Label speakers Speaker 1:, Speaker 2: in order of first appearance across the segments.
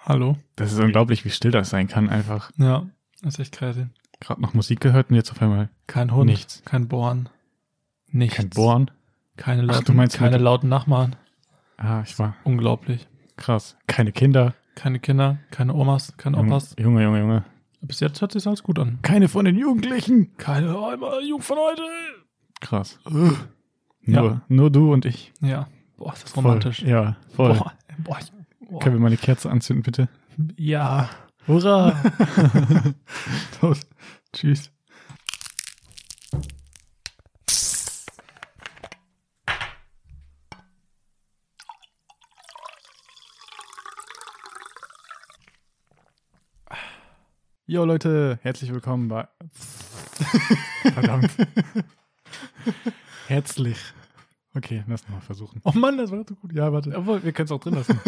Speaker 1: Hallo.
Speaker 2: Das ist unglaublich, wie still das sein kann. Einfach
Speaker 1: Ja, das ist echt crazy.
Speaker 2: gerade noch Musik gehört und jetzt auf einmal
Speaker 1: Kein Hund,
Speaker 2: Nichts.
Speaker 1: kein Bohren, nichts.
Speaker 2: kein Bohren.
Speaker 1: Keine
Speaker 2: Ach,
Speaker 1: lauten,
Speaker 2: du meinst
Speaker 1: keine
Speaker 2: mit-
Speaker 1: lauten Nachbarn.
Speaker 2: Ah, ich war
Speaker 1: Unglaublich.
Speaker 2: krass. Keine Kinder.
Speaker 1: Keine Kinder, keine Omas, keine Opas.
Speaker 2: Junge, Junge, Junge.
Speaker 1: Bis jetzt hört sich alles gut an.
Speaker 2: Keine von den Jugendlichen.
Speaker 1: Keine Eimer, Jugend von heute.
Speaker 2: Krass.
Speaker 1: Ugh.
Speaker 2: Nur,
Speaker 1: Ja.
Speaker 2: nur du und ich.
Speaker 1: Ja. Boah, ist das romantisch.
Speaker 2: Voll. Ja, voll.
Speaker 1: Boah, boah, ich, boah.
Speaker 2: Können wir mal eine Kerze anzünden, bitte?
Speaker 1: ja.
Speaker 2: Hurra!
Speaker 1: Los. Tschüss.
Speaker 2: Jo Leute, herzlich willkommen bei. Verdammt. herzlich. Okay, lass nochmal versuchen.
Speaker 1: Oh Mann, das war so gut. Ja, warte.
Speaker 2: Obwohl, wir können es auch drin lassen.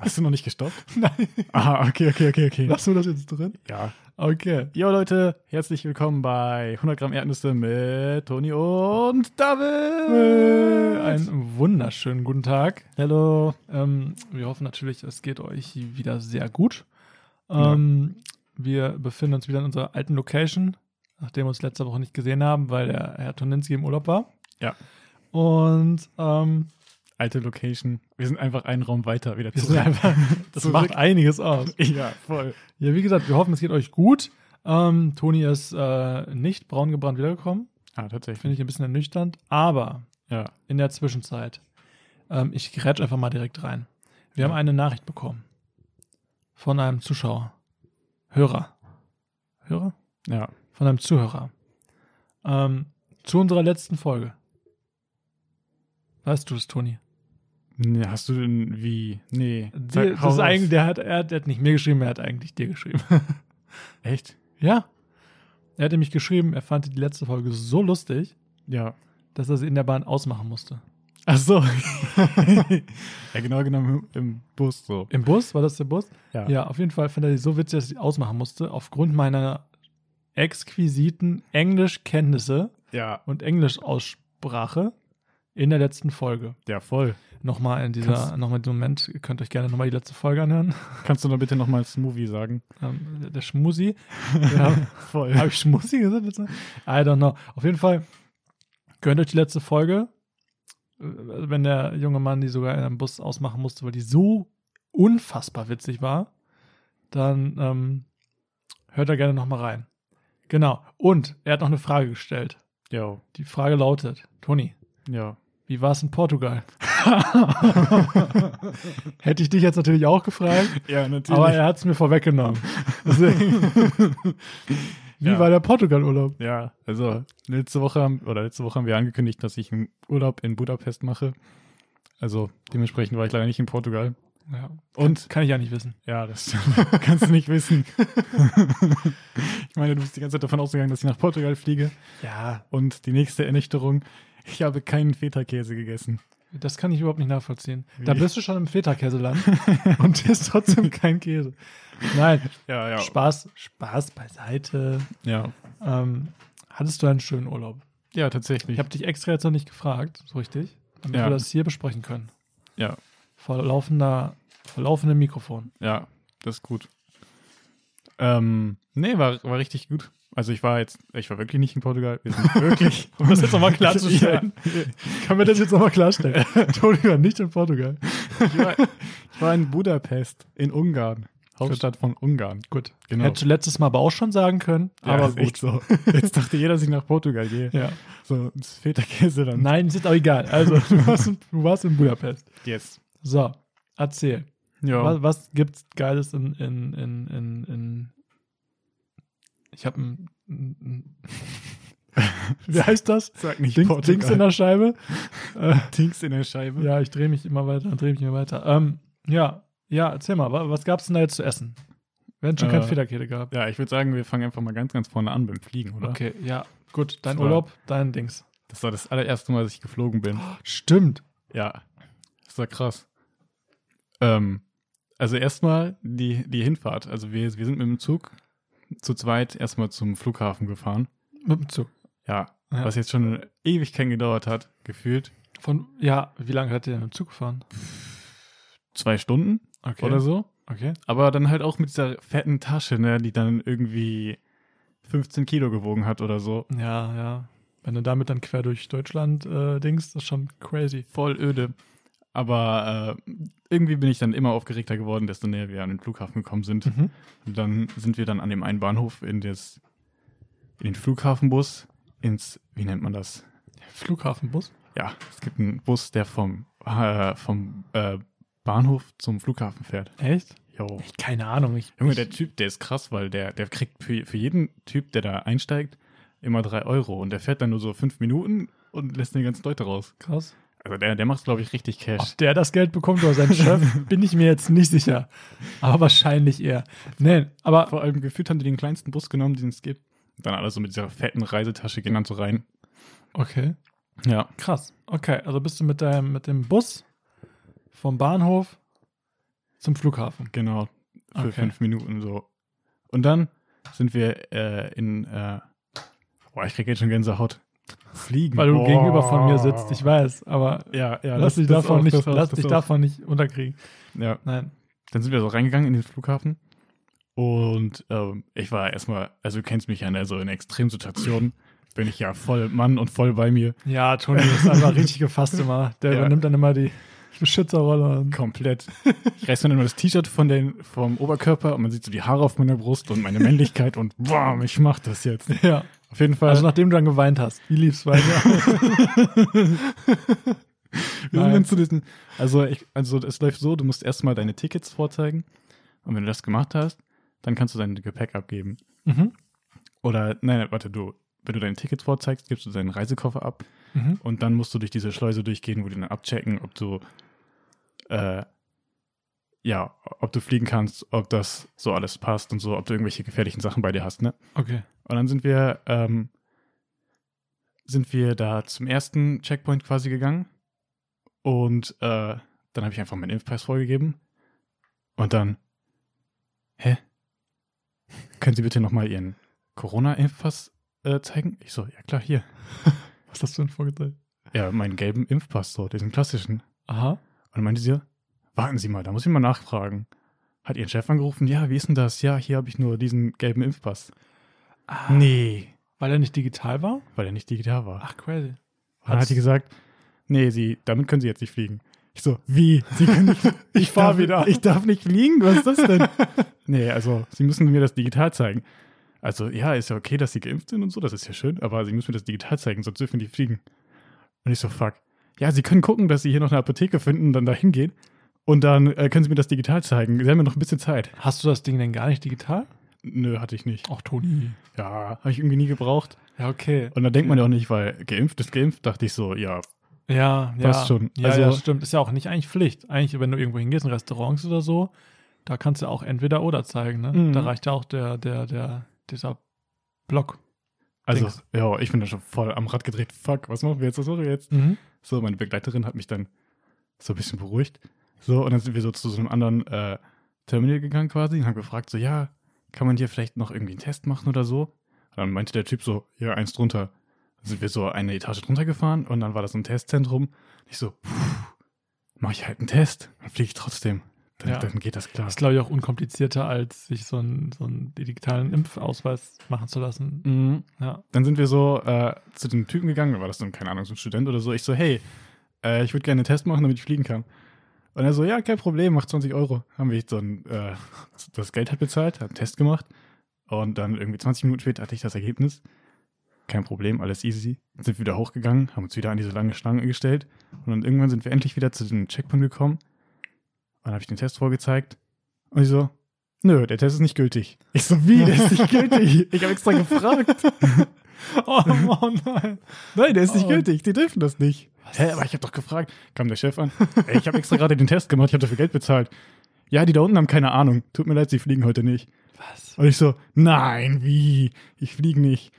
Speaker 2: Hast du noch nicht gestoppt?
Speaker 1: Nein.
Speaker 2: Ah, okay, okay, okay, okay.
Speaker 1: Lass du das jetzt drin?
Speaker 2: Ja.
Speaker 1: Okay.
Speaker 2: Jo Leute, herzlich willkommen bei 100 Gramm Erdnüsse mit Toni und David.
Speaker 1: Einen wunderschönen guten Tag.
Speaker 2: Hello.
Speaker 1: Ähm, wir hoffen natürlich, es geht euch wieder sehr gut. Ähm, Wir befinden uns wieder in unserer alten Location, nachdem wir uns letzte Woche nicht gesehen haben, weil der Herr Toninski im Urlaub war.
Speaker 2: Ja.
Speaker 1: Und ähm,
Speaker 2: Alte Location. Wir sind einfach einen Raum weiter wieder
Speaker 1: wir sind einfach, das
Speaker 2: Zurück.
Speaker 1: macht einiges aus.
Speaker 2: Ja, voll.
Speaker 1: Ja, wie gesagt, wir hoffen, es geht euch gut. Ähm, Toni ist äh, nicht braun gebrannt wiedergekommen.
Speaker 2: Ah, tatsächlich.
Speaker 1: Finde ich ein bisschen ernüchternd. Aber
Speaker 2: Ja.
Speaker 1: in der Zwischenzeit. Ähm, ich grätsch einfach mal direkt rein. Wir haben eine Nachricht bekommen. Von einem Zuschauer. Hörer. Hörer?
Speaker 2: Ja.
Speaker 1: Von einem Zuhörer. Ähm, zu unserer letzten Folge. Weißt du es, Toni?
Speaker 2: Nee, hast du denn wie? Nee.
Speaker 1: Dir-
Speaker 2: hau
Speaker 1: Das ist
Speaker 2: raus.
Speaker 1: eigentlich, der, hat, er, hat, er hat nicht mir geschrieben, er hat eigentlich dir geschrieben.
Speaker 2: Echt?
Speaker 1: ja. Er hatte mich geschrieben, er fand die letzte Folge so lustig,
Speaker 2: Ja.
Speaker 1: dass er sie in der Bahn ausmachen musste.
Speaker 2: Ach so. ja, genau genommen im Bus so.
Speaker 1: Im Bus? War das der Bus? Ja, auf jeden Fall fand er die so witzig, dass ich die ausmachen musste, aufgrund meiner exquisiten Englischkenntnisse
Speaker 2: Ja,
Speaker 1: und Englischaussprache in der letzten Folge.
Speaker 2: ja, voll.
Speaker 1: Nochmal in dieser,
Speaker 2: Kannst-
Speaker 1: nochmal in diesem Moment, ihr könnt euch gerne nochmal die letzte Folge anhören.
Speaker 2: Kannst du noch bitte nochmal Smoothie sagen?
Speaker 1: Ähm, der Schmusi. Ja,
Speaker 2: Voll.
Speaker 1: Habe ich Schmusi gesagt? letzte- I don't know. Auf jeden Fall gönnt euch die letzte Folge, äh, wenn der junge Mann die sogar in einem Bus ausmachen musste, weil die so unfassbar witzig war, dann ähm, hört da gerne nochmal rein. Genau. Und er hat noch eine Frage gestellt.
Speaker 2: Ja.
Speaker 1: Die Frage lautet, Toni,
Speaker 2: Ja.
Speaker 1: wie war es in Portugal? Hätte ich dich jetzt natürlich auch gefragt,
Speaker 2: Ja, natürlich.
Speaker 1: aber er hat es mir vorweggenommen. Deswegen- wie
Speaker 2: Ja.
Speaker 1: war der Portugal-Urlaub?
Speaker 2: ja, also letzte Woche haben, oder letzte Woche haben wir angekündigt, dass ich einen Urlaub in Budapest mache. Also dementsprechend war ich leider nicht in Portugal.
Speaker 1: Ja,
Speaker 2: Und
Speaker 1: Kann ich ja nicht wissen.
Speaker 2: ja, das kannst du nicht wissen. ich meine, du bist die ganze Zeit davon ausgegangen, dass ich nach Portugal fliege.
Speaker 1: Ja.
Speaker 2: Und die nächste Ernüchterung, ich habe keinen Feta-Käse gegessen.
Speaker 1: Das kann ich überhaupt nicht nachvollziehen. Da
Speaker 2: Wie?
Speaker 1: bist du schon im Feta-Käseland und dir ist trotzdem kein Käse. Nein,
Speaker 2: Ja, ja.
Speaker 1: Spaß, Spaß beiseite.
Speaker 2: ja.
Speaker 1: Ähm, hattest du einen schönen Urlaub?
Speaker 2: ja, tatsächlich.
Speaker 1: Ich habe dich extra jetzt noch nicht gefragt, so richtig, damit
Speaker 2: Ja.
Speaker 1: wir das hier besprechen können.
Speaker 2: ja,
Speaker 1: Vor, laufender, vor laufendem Mikrofon.
Speaker 2: ja, das ist gut. Ähm, nee, war, war richtig gut. Also ich war jetzt, ich war wirklich nicht in Portugal. Wir sind wirklich.
Speaker 1: Um das jetzt nochmal klarzustellen. Können wir das jetzt nochmal klarstellen? Toni war nicht in Portugal.
Speaker 2: ja, ich, war, ich war in Budapest, in Ungarn. Hauptstadt von Ungarn.
Speaker 1: Gut,
Speaker 2: Genau.
Speaker 1: Hätte letztes Mal aber auch schon sagen können, aber
Speaker 2: ist
Speaker 1: gut.
Speaker 2: echt So. Jetzt dachte jeder, dass ich nach Portugal gehe.
Speaker 1: Ja.
Speaker 2: So, das Feta-Käse dann.
Speaker 1: Nein, ist jetzt auch egal. Also, du warst in, du warst in Budapest.
Speaker 2: Yes.
Speaker 1: So, erzähl.
Speaker 2: Ja.
Speaker 1: Was, was gibt's Geiles in. in, in, in, in ich habe ein, ein, ein. Wie heißt das?
Speaker 2: Sag nicht
Speaker 1: Dings,
Speaker 2: Portugal.
Speaker 1: Dings in der Scheibe. Äh,
Speaker 2: Dings in der Scheibe.
Speaker 1: ja, ich drehe mich immer weiter, drehe mich immer weiter. Ähm, ja, ja, erzähl mal, wa- was gab's denn da jetzt zu essen? Wenn es schon
Speaker 2: Äh,
Speaker 1: kein Federkette gab.
Speaker 2: Ja, ich würde sagen, wir fangen einfach mal ganz, ganz vorne an beim Fliegen, oder?
Speaker 1: Okay, ja, gut, dein
Speaker 2: Das war-
Speaker 1: Urlaub, dein Dings.
Speaker 2: Das war das allererste Mal, dass ich geflogen bin.
Speaker 1: Stimmt.
Speaker 2: Ja, das war krass. Ähm, also erstmal die, die Hinfahrt. Also wir, wir sind mit dem Zug zu zweit erstmal zum Flughafen gefahren.
Speaker 1: Mit dem Zug.
Speaker 2: Ja,
Speaker 1: Ja.
Speaker 2: was jetzt schon eine Ewigkeit gedauert hat, gefühlt.
Speaker 1: Von, ja, wie lange hat ihr denn im Zug gefahren?
Speaker 2: Zwei Stunden
Speaker 1: Okay.
Speaker 2: oder so.
Speaker 1: Okay.
Speaker 2: Aber dann halt auch mit dieser fetten Tasche, ne, die dann irgendwie 15 Kilo gewogen hat oder so.
Speaker 1: Ja, ja. Wenn du damit dann quer durch Deutschland äh, dingst, ist schon crazy.
Speaker 2: Voll öde. Aber äh, irgendwie bin ich dann immer aufgeregter geworden, desto näher wir an den Flughafen gekommen sind.
Speaker 1: Mhm.
Speaker 2: Und dann sind wir dann an dem einen Bahnhof in, das, in den Flughafenbus, ins, wie nennt man das?
Speaker 1: Flughafenbus?
Speaker 2: Ja, es gibt einen Bus, der vom, äh, vom äh, Bahnhof zum Flughafen fährt.
Speaker 1: Echt?
Speaker 2: Jo.
Speaker 1: Ich, keine Ahnung. Ich,
Speaker 2: Junge, der
Speaker 1: ich,
Speaker 2: Typ, der ist krass, weil der, der kriegt für, für jeden Typ, der da einsteigt, immer drei Euro und der fährt dann nur so fünf Minuten und lässt den ganzen Leute raus.
Speaker 1: krass.
Speaker 2: Also der, der macht, glaube ich, richtig Cash.
Speaker 1: Ob der das Geld bekommt oder sein Chef, bin ich mir jetzt nicht sicher. Aber wahrscheinlich eher. Nee, aber
Speaker 2: Vor allem gefühlt haben die den kleinsten Bus genommen, den es gibt. Und dann alle so mit dieser fetten Reisetasche gehen dann so rein.
Speaker 1: okay.
Speaker 2: Ja.
Speaker 1: Krass. Okay, also bist du mit deinem mit dem Bus vom Bahnhof zum Flughafen.
Speaker 2: Genau. Für
Speaker 1: Okay.
Speaker 2: fünf Minuten so. Und dann sind wir äh, in. Äh, boah, ich krieg jetzt schon Gänsehaut. Fliegen.
Speaker 1: Weil du
Speaker 2: Boah.
Speaker 1: gegenüber von mir sitzt, ich weiß, aber
Speaker 2: Ja, ja.
Speaker 1: lass
Speaker 2: das-
Speaker 1: dich
Speaker 2: das
Speaker 1: davon
Speaker 2: auch,
Speaker 1: nicht,
Speaker 2: das auch,
Speaker 1: lass
Speaker 2: das
Speaker 1: dich
Speaker 2: auch.
Speaker 1: davon nicht unterkriegen.
Speaker 2: Ja.
Speaker 1: Nein.
Speaker 2: Dann sind wir so reingegangen in den Flughafen. Und ähm, ich war erstmal, also du kennst mich ja, ne, so in Extremsituationen bin ich ja voll Mann und voll bei mir.
Speaker 1: Ja, Toni ist einfach richtig gefasst immer. Der
Speaker 2: Ja.
Speaker 1: übernimmt dann immer die Beschützerrolle. Und
Speaker 2: Komplett. Ich reiß dann immer das T-Shirt von den, vom Oberkörper und man sieht so die Haare auf meiner Brust und meine Männlichkeit und boah, ich mach das jetzt.
Speaker 1: ja.
Speaker 2: Auf jeden Fall.
Speaker 1: Also nachdem du dann geweint hast, wie lief's weiter?
Speaker 2: Wir sind
Speaker 1: Nein.
Speaker 2: dann um zu diesen, also, ich, also es läuft so, du musst erstmal deine Tickets vorzeigen und wenn du das gemacht hast, dann kannst du dein Gepäck abgeben.
Speaker 1: mhm.
Speaker 2: Oder, nein, nein, warte, du, wenn du deine Tickets vorzeigst, gibst du deinen Reisekoffer ab
Speaker 1: Mhm.
Speaker 2: und dann musst du durch diese Schleuse durchgehen, wo die dann abchecken, ob du, äh, ja, ob du fliegen kannst, ob das so alles passt und so, ob du irgendwelche gefährlichen Sachen bei dir hast, ne?
Speaker 1: Okay.
Speaker 2: Und dann sind wir, ähm, sind wir da zum ersten Checkpoint quasi gegangen. Und äh, dann habe ich einfach meinen Impfpass vorgegeben. Und dann, hä? Können Sie bitte nochmal Ihren Corona-Impfpass äh, zeigen? Ich so, ja klar, hier.
Speaker 1: Was hast du denn vorgezeigt?
Speaker 2: Ja, meinen gelben Impfpass so, diesen klassischen.
Speaker 1: Aha.
Speaker 2: Und dann meinte sie, warten Sie mal, da muss ich mal nachfragen. Hat Ihren Chef angerufen? Ja, wie ist denn das? Ja, hier habe ich nur diesen gelben Impfpass. Nee,
Speaker 1: Ah. Weil er nicht digital war?
Speaker 2: weil er nicht digital war.
Speaker 1: Ach, crazy.
Speaker 2: Und dann hat
Speaker 1: Hat's-
Speaker 2: sie gesagt, nee, sie, damit können sie jetzt nicht fliegen. Ich so, wie? Sie können nicht, ich
Speaker 1: fahr
Speaker 2: darf-
Speaker 1: wieder.
Speaker 2: Ich darf nicht fliegen, was ist das denn? nee, also, sie müssen mir das digital zeigen. Also, ja, ist ja okay, dass sie geimpft sind und so, das ist ja schön, aber sie müssen mir das digital zeigen, sonst dürfen die fliegen. Und ich so, fuck. Ja, sie können gucken, dass sie hier noch eine Apotheke finden und dann da hingehen. Und dann äh, können sie mir das digital zeigen. Sie haben ja noch ein bisschen Zeit.
Speaker 1: Hast du das Ding denn gar nicht digital?
Speaker 2: Nö, hatte ich nicht.
Speaker 1: Auch Toni.
Speaker 2: Ja, habe ich irgendwie nie gebraucht.
Speaker 1: Ja, okay.
Speaker 2: Und da denkt man ja auch nicht, weil geimpft ist geimpft, dachte ich so, ja,
Speaker 1: Ja, ja.
Speaker 2: Passt schon.
Speaker 1: Ja,
Speaker 2: Also-
Speaker 1: ja, stimmt. Ist ja auch nicht eigentlich Pflicht. Eigentlich, wenn du irgendwo hingehst, in Restaurants oder so, da kannst du auch entweder oder zeigen. Ne?
Speaker 2: Mhm.
Speaker 1: Da reicht ja auch der, der, der, dieser Block.
Speaker 2: Also,
Speaker 1: Dings.
Speaker 2: ja, ich bin da schon voll am Rad gedreht. Fuck, was machen wir jetzt? Was machen wir jetzt? So, meine Begleiterin hat mich dann so ein bisschen beruhigt. So, und dann sind wir so zu so einem anderen äh, Terminal gegangen quasi und haben gefragt, so, ja, kann man hier vielleicht noch irgendwie einen Test machen oder so? Und dann meinte der Typ so, ja, eins drunter. Dann sind wir so eine Etage drunter gefahren und dann war das so ein Testzentrum. Ich so, puh, mach ich halt einen Test, dann fliege ich trotzdem. Dann,
Speaker 1: Ja.
Speaker 2: dann geht das klar.
Speaker 1: Ist, glaube ich, auch unkomplizierter, als sich so einen, so einen digitalen Impfausweis machen zu lassen.
Speaker 2: Mhm.
Speaker 1: Ja.
Speaker 2: dann sind wir so äh, zu dem Typen gegangen, da war das dann, keine Ahnung, so ein Student oder so. Ich so, hey, äh, ich würde gerne einen Test machen, damit ich fliegen kann. Und er so, ja, kein Problem, mach 20 Euro. Haben wir so ein, äh, das Geld hat bezahlt, hat einen Test gemacht. Und dann irgendwie 20 Minuten später hatte ich das Ergebnis. Kein Problem, alles easy. Dann sind wir wieder hochgegangen, haben uns wieder an diese lange Schlange gestellt. Und dann irgendwann sind wir endlich wieder zu dem Checkpoint gekommen. Und dann habe ich den Test vorgezeigt. Und ich so, nö, der Test ist nicht gültig. Ich so, wie, der ist nicht gültig? Ich habe extra gefragt.
Speaker 1: Oh, oh nein.
Speaker 2: Nein, der ist nicht
Speaker 1: Und-
Speaker 2: gültig. Die dürfen das nicht. Hä, aber ich habe doch gefragt. Kam der Chef an. Ey, ich habe extra gerade den Test gemacht. Ich habe dafür Geld bezahlt. Ja, die da unten haben keine Ahnung. Tut mir leid, sie fliegen heute nicht.
Speaker 1: Was?
Speaker 2: Und ich so, nein, wie? Ich fliege nicht.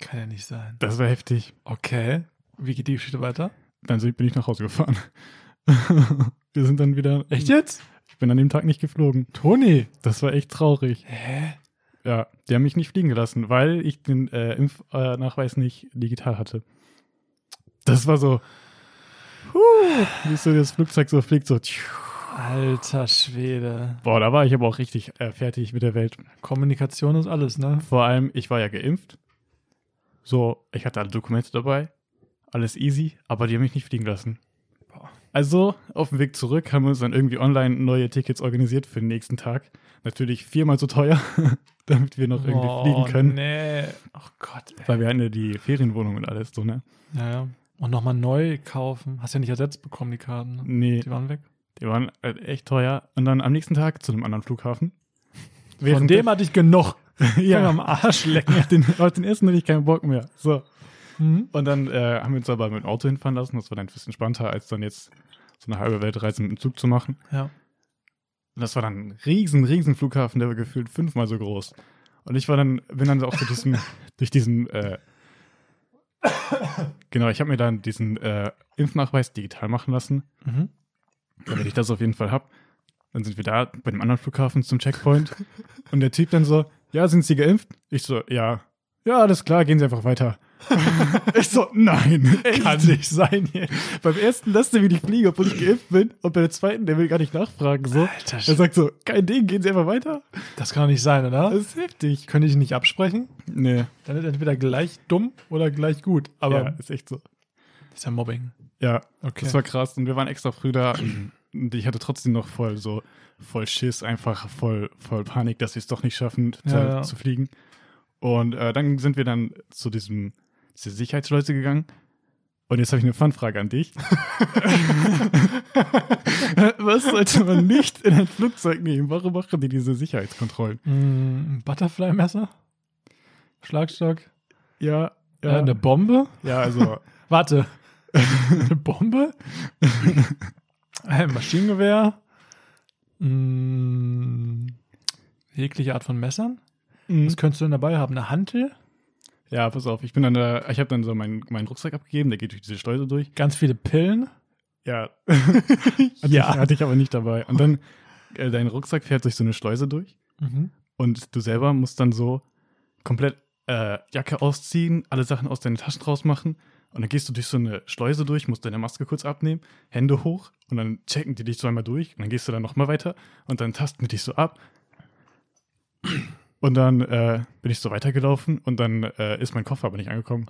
Speaker 1: Kann ja nicht sein.
Speaker 2: Das war heftig.
Speaker 1: Okay. Wie geht die Geschichte weiter?
Speaker 2: Dann bin ich nach Hause gefahren. Wir sind dann wieder.
Speaker 1: jetzt?
Speaker 2: Ich bin an dem Tag nicht geflogen.
Speaker 1: Toni.
Speaker 2: Das war echt traurig.
Speaker 1: Hä?
Speaker 2: Ja, die haben mich nicht fliegen gelassen, weil ich den äh, Impfnachweis nicht digital hatte. Das war so. Huh, wie so das Flugzeug so fliegt, so. tschuh.
Speaker 1: Alter Schwede.
Speaker 2: Boah, da war ich aber auch richtig äh, fertig mit der Welt.
Speaker 1: Kommunikation ist alles, ne?
Speaker 2: Vor allem, ich war ja geimpft. So, ich hatte alle Dokumente dabei. Alles easy, aber die haben mich nicht fliegen lassen.
Speaker 1: Boah.
Speaker 2: Also, auf dem Weg zurück haben wir uns dann irgendwie online neue Tickets organisiert für den nächsten Tag. Natürlich viermal so teuer, damit wir noch irgendwie
Speaker 1: oh,
Speaker 2: fliegen können.
Speaker 1: Nee. Oh Gott, ey.
Speaker 2: Weil wir hatten ja die Ferienwohnung und alles so, ne?
Speaker 1: Ja, ja. Und nochmal neu kaufen. Hast ja nicht ersetzt bekommen, die Karten. Ne?
Speaker 2: Nee,
Speaker 1: Die waren weg.
Speaker 2: die waren äh, echt teuer. Und dann am nächsten Tag zu einem anderen Flughafen.
Speaker 1: Von dem hatte ich genug.
Speaker 2: ja,
Speaker 1: Fang am Arsch lecken.
Speaker 2: Auf den, auf den ersten hatte ich keinen Bock mehr. So.
Speaker 1: Mhm.
Speaker 2: Und dann äh, haben wir uns aber mit dem Auto hinfahren lassen. Das war dann ein bisschen entspannter, als dann jetzt so eine halbe Weltreise mit dem Zug zu machen.
Speaker 1: Ja.
Speaker 2: Und das war dann ein riesen, riesen Flughafen, der war gefühlt fünfmal so groß. Und ich war dann, bin dann auch zu diesem, durch diesen, äh, genau, ich habe mir dann diesen äh, Impfnachweis digital machen lassen,
Speaker 1: Mhm.
Speaker 2: damit ich das auf jeden Fall habe. Dann sind wir da bei dem anderen Flughafen zum Checkpoint. Und der Typ dann so, ja, sind Sie geimpft? Ich so, ja. Ja, alles klar, gehen Sie einfach weiter. ich so, nein, kann nicht sein hier. Beim ersten lässt er mich nicht fliegen, obwohl ich geimpft bin. Und bei der zweiten, der will gar nicht nachfragen. So.
Speaker 1: Alter
Speaker 2: Er
Speaker 1: Schwede.
Speaker 2: sagt so, kein Ding, gehen Sie einfach weiter.
Speaker 1: Das kann doch nicht sein, oder?
Speaker 2: Das ist heftig.
Speaker 1: Könnte ich nicht absprechen.
Speaker 2: Nee.
Speaker 1: Dann ist entweder gleich dumm oder gleich gut.
Speaker 2: Aber
Speaker 1: Aber
Speaker 2: ist echt so.
Speaker 1: das ist ja Mobbing.
Speaker 2: Ja,
Speaker 1: Okay.
Speaker 2: das war krass. Und wir waren extra früh da. Und ich hatte trotzdem noch voll so, voll Schiss, einfach voll, voll Panik, dass wir es doch nicht schaffen,
Speaker 1: Ja,
Speaker 2: zu,
Speaker 1: ja.
Speaker 2: zu fliegen. Und äh, dann sind wir dann zu diesem, diese Sicherheitsleute gegangen. Und jetzt habe ich eine Fanfrage an dich. Was sollte man nicht in ein Flugzeug nehmen? Warum machen die diese Sicherheitskontrollen?
Speaker 1: Mm, ein Butterfly-Messer? Schlagstock?
Speaker 2: Ja,
Speaker 1: Äh,
Speaker 2: ja,
Speaker 1: eine Bombe?
Speaker 2: ja also
Speaker 1: Warte. eine Bombe? ein Maschinengewehr? Mm, jegliche Art von Messern? Was könntest du denn dabei haben? Eine Hantel?
Speaker 2: Ja, pass auf, ich bin dann da, ich habe dann so meinen, meinen Rucksack abgegeben, der geht durch diese Schleuse durch.
Speaker 1: Ganz viele Pillen?
Speaker 2: Ja. hatte,
Speaker 1: Ja.
Speaker 2: Ich, hatte ich aber nicht dabei. Und dann, äh, dein Rucksack fährt durch so eine Schleuse durch
Speaker 1: Mhm.
Speaker 2: und du selber musst dann so komplett äh, Jacke ausziehen, alle Sachen aus deinen Taschen rausmachen und dann gehst du durch so eine Schleuse durch, musst deine Maske kurz abnehmen, Hände hoch und dann checken die dich so einmal durch und dann gehst du dann nochmal weiter und dann tasten die dich so ab. Und dann äh, bin ich so weitergelaufen und dann äh, ist mein Koffer aber nicht angekommen.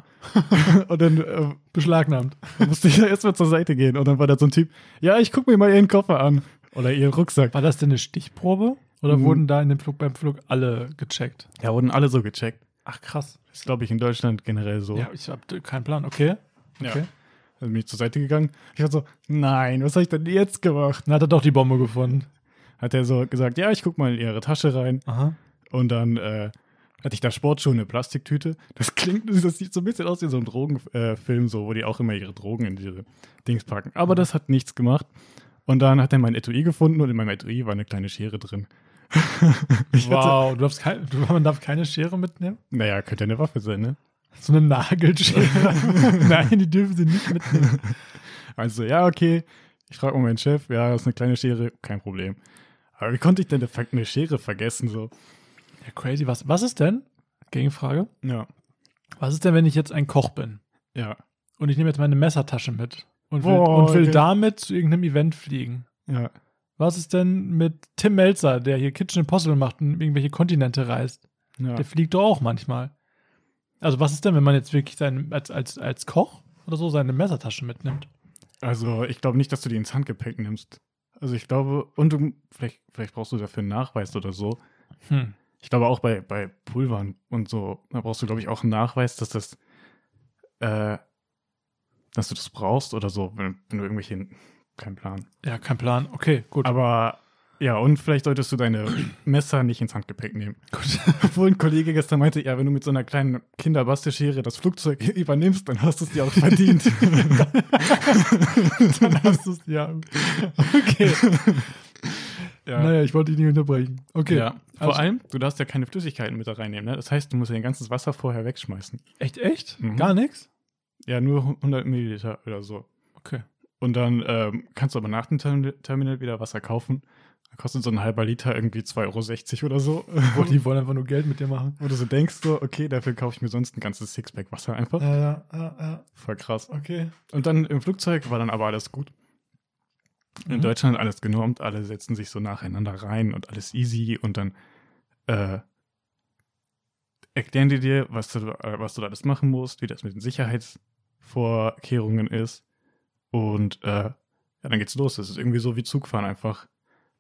Speaker 2: und dann äh,
Speaker 1: Beschlagnahmt.
Speaker 2: musste ich ja erstmal zur Seite gehen. Und dann war da so ein Typ, ja, ich guck mir mal ihren Koffer an. Oder ihren Rucksack.
Speaker 1: War das denn eine Stichprobe? Oder
Speaker 2: Mhm.
Speaker 1: wurden da in dem Flug beim Flug alle gecheckt?
Speaker 2: Ja, wurden alle so gecheckt.
Speaker 1: Ach krass.
Speaker 2: Ist, glaube ich, in Deutschland generell so.
Speaker 1: Ja, ich habe keinen Plan. Okay.
Speaker 2: Ja.
Speaker 1: okay.
Speaker 2: Dann bin ich zur Seite gegangen. Ich war so, nein, was habe ich denn jetzt gemacht?
Speaker 1: Dann hat er doch die Bombe gefunden.
Speaker 2: Hat er so gesagt, ja, ich guck mal in ihre Tasche rein.
Speaker 1: Aha.
Speaker 2: Und dann äh, hatte ich da Sportschuhe, eine Plastiktüte. Das klingt, das sieht so ein bisschen aus wie so ein Drogenfilm, äh, Film so, wo die auch immer ihre Drogen in diese Dings packen. Aber das hat nichts gemacht. Und dann hat er mein Etui gefunden und in meinem Etui war eine kleine Schere drin. ich hatte,
Speaker 1: wow, du darfst kein, du, man darf keine Schere mitnehmen?
Speaker 2: naja, könnte eine Waffe sein, ne?
Speaker 1: So eine Nagelschere? Nein, die dürfen sie nicht mitnehmen.
Speaker 2: Also, ja, okay. Ich frage mal meinen Chef, ja, das ist eine kleine Schere, kein Problem. Aber wie konnte ich denn eine Ver- eine Schere vergessen, so?
Speaker 1: Ja, crazy. Was, was ist denn, Gegenfrage,
Speaker 2: Ja,
Speaker 1: was ist denn, wenn ich jetzt ein Koch bin
Speaker 2: ja,
Speaker 1: und ich nehme jetzt meine Messertasche mit und will,
Speaker 2: Boah,
Speaker 1: und will
Speaker 2: okay.
Speaker 1: damit zu irgendeinem Event fliegen?
Speaker 2: ja.
Speaker 1: Was ist denn mit Tim Melzer, der hier Kitchen Impossible macht und irgendwelche Kontinente reist?
Speaker 2: ja.
Speaker 1: Der fliegt doch auch manchmal. Also was ist denn, wenn man jetzt wirklich seinen, als, als, als Koch oder so seine Messertasche mitnimmt?
Speaker 2: Also, ich glaube nicht, dass du die ins Handgepäck nimmst. Also, ich glaube, und du, vielleicht, vielleicht brauchst du dafür einen Nachweis oder so.
Speaker 1: Hm.
Speaker 2: Ich glaube auch bei, bei Pulvern und so, da brauchst du, glaube ich, auch einen Nachweis, dass das, äh, dass du das brauchst oder so, wenn, wenn du irgendwelche, kein Plan.
Speaker 1: Ja, kein Plan. Okay, gut.
Speaker 2: Aber ja, und vielleicht solltest du deine Messer nicht ins Handgepäck nehmen.
Speaker 1: gut.
Speaker 2: Obwohl ein Kollege gestern meinte, ja, wenn du mit so einer kleinen Kinderbastelschere das Flugzeug übernimmst, dann hast du es dir auch verdient.
Speaker 1: Dann hast du es, ja. Okay.
Speaker 2: ja.
Speaker 1: Naja, ich wollte dich nicht unterbrechen. Okay.
Speaker 2: ja. Vor
Speaker 1: Also-
Speaker 2: allem, du darfst ja keine Flüssigkeiten mit da reinnehmen. Ne? Das heißt, du musst ja dein ganzes Wasser vorher wegschmeißen.
Speaker 1: Echt, echt?
Speaker 2: Mhm.
Speaker 1: Gar nichts?
Speaker 2: Ja, nur 100 Milliliter oder so.
Speaker 1: Okay.
Speaker 2: Und dann ähm, kannst du aber nach dem Termin- Terminal wieder Wasser kaufen. Da kostet so ein halber Liter irgendwie 2,60 Euro oder so.
Speaker 1: Boah, die wollen einfach nur Geld mit dir machen.
Speaker 2: Wo du so denkst, so, okay, dafür kaufe ich mir sonst ein ganzes Sixpack Wasser einfach.
Speaker 1: Ja, ja, ja, ja.
Speaker 2: Voll krass.
Speaker 1: Okay.
Speaker 2: Und dann im Flugzeug war dann aber alles gut. in Deutschland alles genormt, alle setzen sich so nacheinander rein und alles easy und dann äh, erklären die dir, was du, äh, was du da alles machen musst, wie das mit den Sicherheitsvorkehrungen ist und äh, ja, dann geht's los. Das ist irgendwie so wie Zugfahren einfach.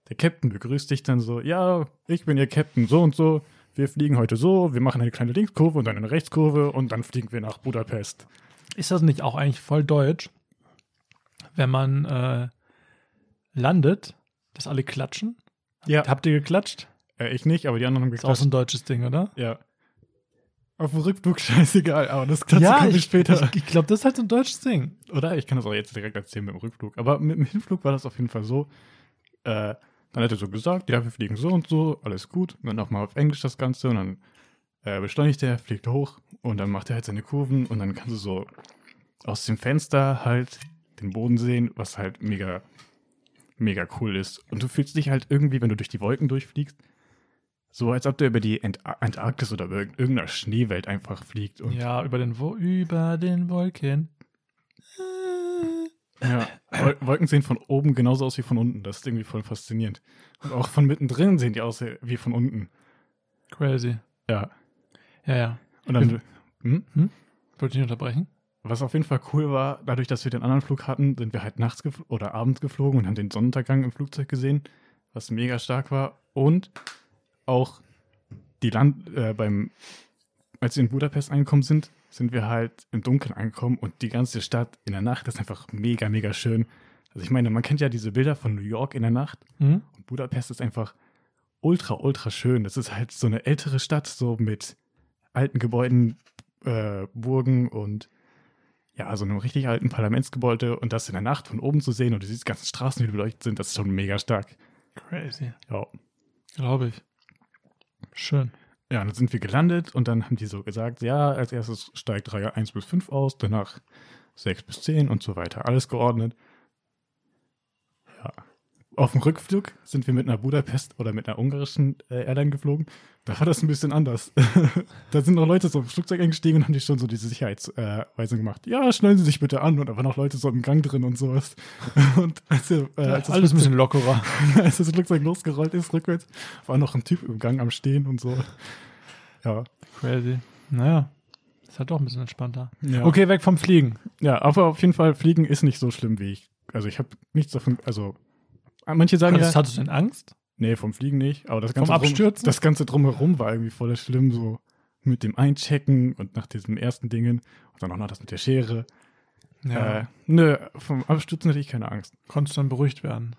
Speaker 2: Der Captain begrüßt dich dann so, ja, ich bin ihr Captain, so und so, wir fliegen heute so, wir machen eine kleine Linkskurve und dann eine Rechtskurve und dann fliegen wir nach Budapest.
Speaker 1: Ist das nicht auch eigentlich voll deutsch, wenn man äh, landet, dass alle klatschen?
Speaker 2: Ja.
Speaker 1: Habt ihr geklatscht?
Speaker 2: Äh, ich nicht, aber die anderen haben
Speaker 1: Ist auch so
Speaker 2: geklatscht.
Speaker 1: ein deutsches Ding, oder?
Speaker 2: Ja. Auf dem Rückflug scheißegal, aber das dazu komme ich, später.
Speaker 1: ich, ich glaube, das ist halt so ein deutsches Ding.
Speaker 2: Oder? Ich kann das auch jetzt direkt erzählen mit dem Rückflug. Aber mit dem Hinflug war das auf jeden Fall so. Äh, dann hat er so gesagt, ja, wir fliegen so und so, alles gut. Und dann nochmal auf Englisch das Ganze und dann äh, beschleunigt er, fliegt hoch und dann macht er halt seine Kurven und dann kannst du so aus dem Fenster halt den Boden sehen, was halt mega, mega cool ist. Und du fühlst dich halt irgendwie, wenn du durch die Wolken durchfliegst, so als ob du über die Ent Antarktis oder über irgendeiner Schneewelt einfach fliegt. Und
Speaker 1: Ja, über den, Wo über den Wolken. Äh.
Speaker 2: Ja, Wol- Wolken sehen von oben genauso aus wie von unten. Das ist irgendwie voll faszinierend. Und auch von mittendrin sehen die aus wie von unten.
Speaker 1: Crazy.
Speaker 2: Ja.
Speaker 1: Ja, ja.
Speaker 2: Und dann, hm?
Speaker 1: Wollte ich nicht unterbrechen?
Speaker 2: was auf jeden Fall cool war, dadurch, dass wir den anderen Flug hatten, sind wir halt nachts gefl- oder abends geflogen und haben den Sonnenuntergang im Flugzeug gesehen, was mega stark war. Und auch die Land, äh, beim, als wir in Budapest angekommen sind, sind wir halt im Dunkeln angekommen und die ganze Stadt in der Nacht ist einfach mega, mega schön. Also ich meine, man kennt ja diese Bilder von New York in der Nacht.
Speaker 1: Hm?
Speaker 2: Und Budapest ist einfach ultra, ultra schön. Das ist halt so eine ältere Stadt, so mit alten Gebäuden, äh, Burgen und ja, so einem richtig alten Parlamentsgebäude und das in der Nacht von oben zu sehen und du siehst die ganzen Straßen, die beleuchtet sind, das ist schon mega stark.
Speaker 1: Crazy.
Speaker 2: Ja.
Speaker 1: Glaube ich. Schön.
Speaker 2: Ja, und dann sind wir gelandet und dann haben die so gesagt, ja, als erstes steigt Reihe 1 bis 5 aus, danach 6 bis 10 und so weiter. Alles geordnet. Ja. Auf dem Rückflug sind wir mit einer Budapest oder mit einer ungarischen äh, Airline geflogen. Da war das ein bisschen anders. da sind noch Leute so im Flugzeug eingestiegen und haben die schon so diese Sicherheitsweisung äh, Weisung gemacht. Ja, schnallen Sie sich bitte an. Und da waren noch Leute so im Gang drin und sowas. und als, wir, äh, als das
Speaker 1: alles ein bisschen lockerer.
Speaker 2: als das Flugzeug losgerollt ist, rückwärts, war noch ein Typ im Gang am Stehen und so. Ja.
Speaker 1: Crazy. Naja, ist halt doch ein bisschen entspannter.
Speaker 2: Ja. Okay.
Speaker 1: Okay, weg vom Fliegen.
Speaker 2: Ja, aber auf jeden Fall, Fliegen ist nicht so schlimm wie ich. Also ich habe nichts davon, also manche sagen
Speaker 1: Hattest,
Speaker 2: ja,
Speaker 1: hattest du denn Angst?
Speaker 2: nee, Also vom Fliegen nicht, aber das ganze,
Speaker 1: Abstürzen?
Speaker 2: Drum, das ganze Drumherum war irgendwie voll schlimm, so mit dem Einchecken und nach diesen ersten Dingen und dann auch noch das mit der Schere. Äh, nö, vom Abstürzen hatte ich keine Angst.
Speaker 1: Konntest du dann beruhigt werden?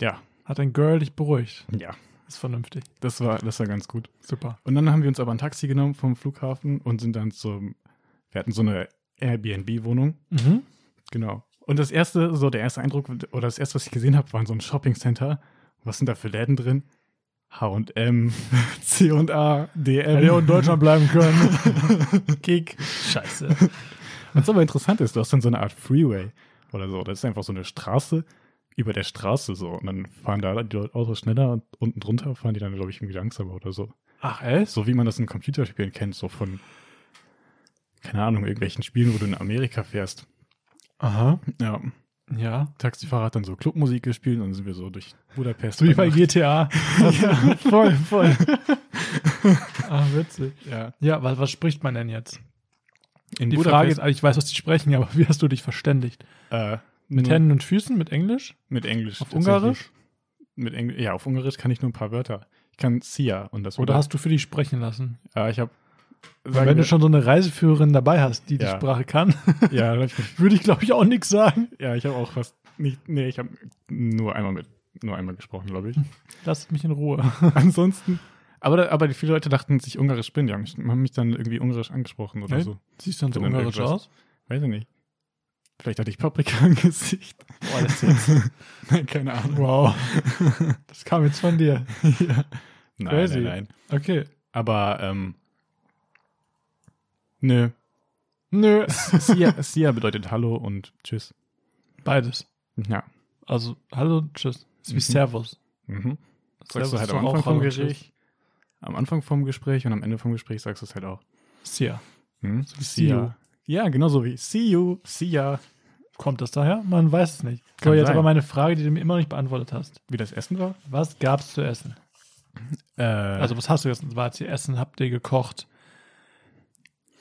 Speaker 2: Ja,
Speaker 1: Hat dein Girl dich beruhigt?
Speaker 2: ja,
Speaker 1: Ist vernünftig.
Speaker 2: das war, das war ganz gut.
Speaker 1: Super.
Speaker 2: Und dann haben wir uns aber ein Taxi genommen vom Flughafen und sind dann zum. Wir hatten so eine Airbnb-Wohnung.
Speaker 1: Mhm.
Speaker 2: Genau. Und das erste, so der erste Eindruck oder das erste, was ich gesehen habe, war so ein Shopping-Center. Was sind da für Läden drin? HM, CA, DM.
Speaker 1: Hätte auch in Deutschland
Speaker 2: bleiben können. Kick.
Speaker 1: Scheiße.
Speaker 2: Was aber interessant ist, du hast dann so eine Art Freeway oder so. Das ist einfach so eine Straße über der Straße so. Und dann fahren da die Leute Autos schneller und unten drunter fahren die dann, glaube ich, irgendwie langsamer oder so.
Speaker 1: Ach, echt?
Speaker 2: So wie man das in Computerspielen kennt, so von, keine Ahnung, irgendwelchen Spielen, wo du in Amerika fährst.
Speaker 1: Aha.
Speaker 2: Ja,
Speaker 1: Ja.
Speaker 2: Taxifahrer hat dann so Clubmusik gespielt und dann sind wir so durch Budapest.
Speaker 1: So wie bei
Speaker 2: Nacht.
Speaker 1: GTA.
Speaker 2: ja, voll, voll.
Speaker 1: Ach, Ah, witzig.
Speaker 2: Ja,
Speaker 1: Ja, was, was spricht man denn jetzt?
Speaker 2: in
Speaker 1: Die Frage ist, also ich weiß, was die sprechen, aber wie hast du dich verständigt?
Speaker 2: äh,
Speaker 1: Mit
Speaker 2: nur-
Speaker 1: Händen und Füßen, mit Englisch?
Speaker 2: mit Englisch.
Speaker 1: Auf
Speaker 2: tatsächlich.
Speaker 1: Ungarisch?
Speaker 2: Mit Engl ja, auf Ungarisch kann ich nur ein paar Wörter. Ich kann Sia und das
Speaker 1: Oder hast du für dich sprechen lassen?
Speaker 2: Ja, ich habe.
Speaker 1: Weil wenn du schon so eine Reiseführerin dabei hast, die die
Speaker 2: Ja.
Speaker 1: Sprache kann,
Speaker 2: Ja, dann hab ich mich-
Speaker 1: würde ich, glaube ich, auch nichts sagen.
Speaker 2: ja, ich habe auch fast nicht. Nee, ich habe nur einmal mit. Nur einmal gesprochen, glaube ich.
Speaker 1: Lasst mich in Ruhe.
Speaker 2: Ansonsten. Aber, da, aber viele Leute dachten sich ungarisch bin. Die haben mich, haben mich dann irgendwie ungarisch angesprochen oder
Speaker 1: Nee.
Speaker 2: so.
Speaker 1: Siehst du dann so
Speaker 2: Wenn dann
Speaker 1: ungarisch
Speaker 2: irgendwas-
Speaker 1: aus?
Speaker 2: Weiß ich nicht. Vielleicht hatte ich Paprika im Gesicht.
Speaker 1: Boah, das ist
Speaker 2: Nein, keine Ahnung.
Speaker 1: Wow. Das kam jetzt von dir.
Speaker 2: ja. Nein,
Speaker 1: Crazy.
Speaker 2: nein, nein.
Speaker 1: Okay.
Speaker 2: Aber, ähm. Nö.
Speaker 1: Nö.
Speaker 2: Sia, Sia bedeutet Hallo und Tschüss.
Speaker 1: Beides.
Speaker 2: Ja.
Speaker 1: Also, hallo, tschüss. Ist wie
Speaker 2: Mhm.
Speaker 1: Servus.
Speaker 2: Mhm.
Speaker 1: Servus
Speaker 2: Sagst du halt
Speaker 1: ist doch
Speaker 2: am Anfang
Speaker 1: auch
Speaker 2: vom
Speaker 1: Hallo und Tschüss.
Speaker 2: Gespräch. Am Anfang vom Gespräch und am Ende vom Gespräch sagst du es halt auch.
Speaker 1: Sia. wie Mhm.
Speaker 2: Hm?
Speaker 1: see you.
Speaker 2: Ja, genau so wie See you, see ya.
Speaker 1: Kommt das daher? Man weiß es nicht. So,
Speaker 2: Kann
Speaker 1: jetzt
Speaker 2: sein.
Speaker 1: aber meine Frage, die du mir immer noch nicht beantwortet hast.
Speaker 2: Wie das Essen war?
Speaker 1: Was gab's zu essen?
Speaker 2: Äh,
Speaker 1: Also, was hast du gegessen? War es ihr Essen? Habt ihr gekocht?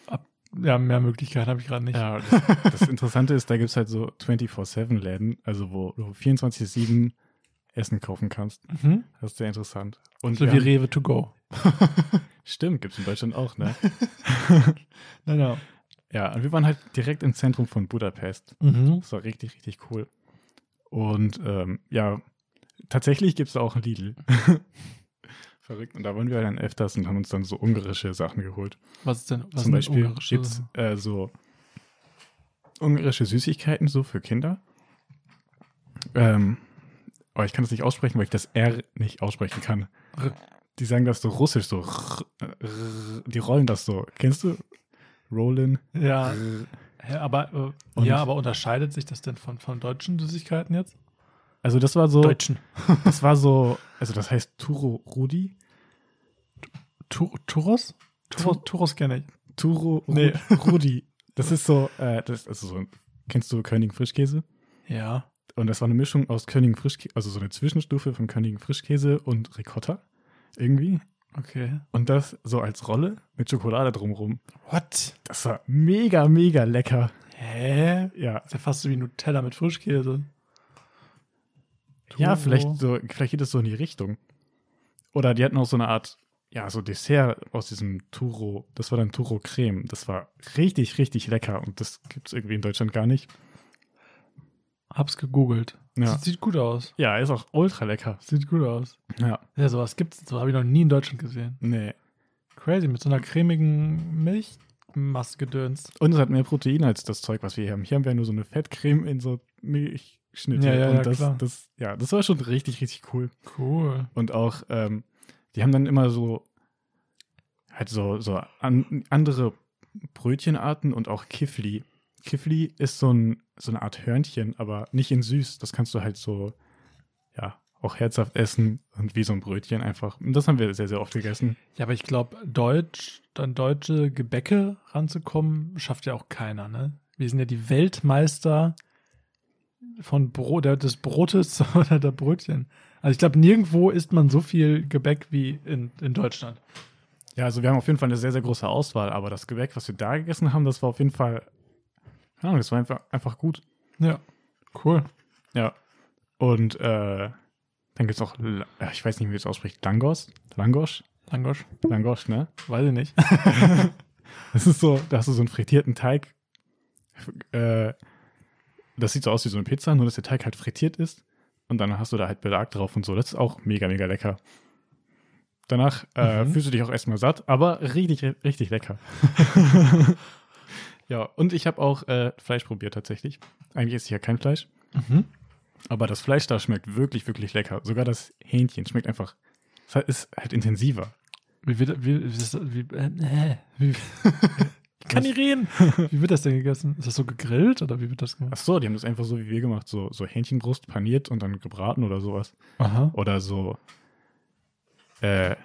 Speaker 1: Ab- Ja, mehr Möglichkeiten habe ich gerade nicht.
Speaker 2: Ja, das, das Interessante ist, da gibt es halt so 24-7-Läden, also wo du 24-7 Essen kaufen kannst.
Speaker 1: Mhm.
Speaker 2: Das ist sehr interessant. Und
Speaker 1: So
Speaker 2: wir
Speaker 1: wie
Speaker 2: haben-
Speaker 1: Rewe to go.
Speaker 2: Stimmt, gibt es in Deutschland auch, ne?
Speaker 1: Genau.
Speaker 2: ja, und wir waren halt direkt im Zentrum von Budapest.
Speaker 1: Mhm.
Speaker 2: Das war richtig, richtig cool. Und ähm, ja, tatsächlich gibt es da auch ein Lidl. Verrückt. Und da waren wir dann öfters und haben uns dann so ungarische Sachen geholt.
Speaker 1: Was ist denn? Was sind
Speaker 2: Zum Beispiel
Speaker 1: ungarische-
Speaker 2: gibt es äh, so ungarische Süßigkeiten, so für Kinder. Ähm, aber ich kann das nicht aussprechen, weil ich das R nicht aussprechen kann.
Speaker 1: R.
Speaker 2: Die sagen das so russisch, so. R, R, die rollen das so. Kennst du? Rollen.
Speaker 1: Ja,
Speaker 2: R.
Speaker 1: hä, aber, äh,
Speaker 2: Und-
Speaker 1: ja, aber unterscheidet sich das denn von, von deutschen Süßigkeiten jetzt?
Speaker 2: Also das war so,
Speaker 1: Deutschen.
Speaker 2: das war so, also das heißt Turo Rudi.
Speaker 1: Tu Turos? Turos,
Speaker 2: Tu-
Speaker 1: Turos kenne ich.
Speaker 2: Turo Ru-
Speaker 1: Nee.
Speaker 2: Rudi. Das ist so, äh, das ist also so, ein- kennst du König Frischkäse?
Speaker 1: Ja.
Speaker 2: Und das war eine Mischung aus König Frischkäse, also so eine Zwischenstufe von König Frischkäse und Ricotta irgendwie.
Speaker 1: Okay.
Speaker 2: Und das so als Rolle mit Schokolade drumrum.
Speaker 1: What?
Speaker 2: Das war mega, mega lecker.
Speaker 1: Hä?
Speaker 2: Ja,
Speaker 1: Ist ja fast so wie Nutella mit Frischkäse.
Speaker 2: ja
Speaker 1: Turo.
Speaker 2: vielleicht, so, vielleicht geht es so in die Richtung. Oder die hatten auch so eine Art, ja, so Dessert aus diesem Turo. Das war dann Turo Creme. Das war richtig, richtig lecker. Und das gibt es irgendwie in Deutschland gar nicht.
Speaker 1: Hab's gegoogelt.
Speaker 2: Ja.
Speaker 1: Sieht, sieht gut aus.
Speaker 2: Ja, ist auch ultra lecker.
Speaker 1: Sieht gut aus.
Speaker 2: Ja.
Speaker 1: Ja, sowas gibt's. So habe ich noch nie in Deutschland gesehen.
Speaker 2: Nee.
Speaker 1: Crazy, mit so einer cremigen Milchmassgedöns.
Speaker 2: Und es hat mehr Protein als das Zeug, was wir hier haben. Hier haben wir nur so eine Fettcreme in so Milchschnitte.
Speaker 1: Ja, ja,
Speaker 2: und
Speaker 1: ja,
Speaker 2: das,
Speaker 1: klar.
Speaker 2: das, ja, das war schon richtig, richtig cool.
Speaker 1: Cool.
Speaker 2: Und auch, ähm, die haben dann immer so halt so, so an, andere Brötchenarten und auch Kifli. Kifli ist so, ein, so eine Art Hörnchen, aber nicht in süß. Das kannst du halt so, ja, auch herzhaft essen und wie so ein Brötchen einfach. Und das haben wir sehr, sehr oft gegessen.
Speaker 1: Ja, aber ich glaube, Deutsch, an deutsche Gebäcke ranzukommen, schafft ja auch keiner, ne? Wir sind ja die Weltmeister von Bro der, des Brotes oder der Brötchen. Also ich glaube, nirgendwo isst man so viel Gebäck wie in, in Deutschland.
Speaker 2: Ja, also wir haben auf jeden Fall eine sehr, sehr große Auswahl, aber das Gebäck, was wir da gegessen haben, das war auf jeden Fall, keine Ahnung, das war einfach, einfach gut.
Speaker 1: Ja, cool.
Speaker 2: Ja. Und äh, dann gibt's auch, La- ja, ich weiß nicht, wie es ausspricht, Langos? Langosch?
Speaker 1: Langosch,
Speaker 2: Langosch, ne?
Speaker 1: weiß ich nicht.
Speaker 2: Das ist so, da hast du so einen frittierten Teig. Äh, das sieht so aus wie so eine Pizza, nur dass der Teig halt frittiert ist. Und dann hast du da halt Belag drauf und so. Das ist auch mega, mega lecker. Danach äh,
Speaker 1: Mhm.
Speaker 2: fühlst du dich auch erstmal satt, aber richtig, richtig lecker. ja, und ich habe auch äh, Fleisch probiert tatsächlich. Eigentlich esse ich ja kein Fleisch,
Speaker 1: Mhm.
Speaker 2: aber das Fleisch da schmeckt wirklich, wirklich lecker. Sogar das Hähnchen schmeckt einfach, es hat- ist halt intensiver.
Speaker 1: Wie wird, wie, wie, ist das- wie, äh, äh, wie, ich kann nicht reden. Wie wird das denn gegessen? Ist das so gegrillt oder wie wird das
Speaker 2: Ach
Speaker 1: gemacht?
Speaker 2: so, die haben das einfach so wie wir gemacht, so, so Hähnchenbrust paniert und dann gebraten oder sowas.
Speaker 1: Aha.
Speaker 2: oder so äh,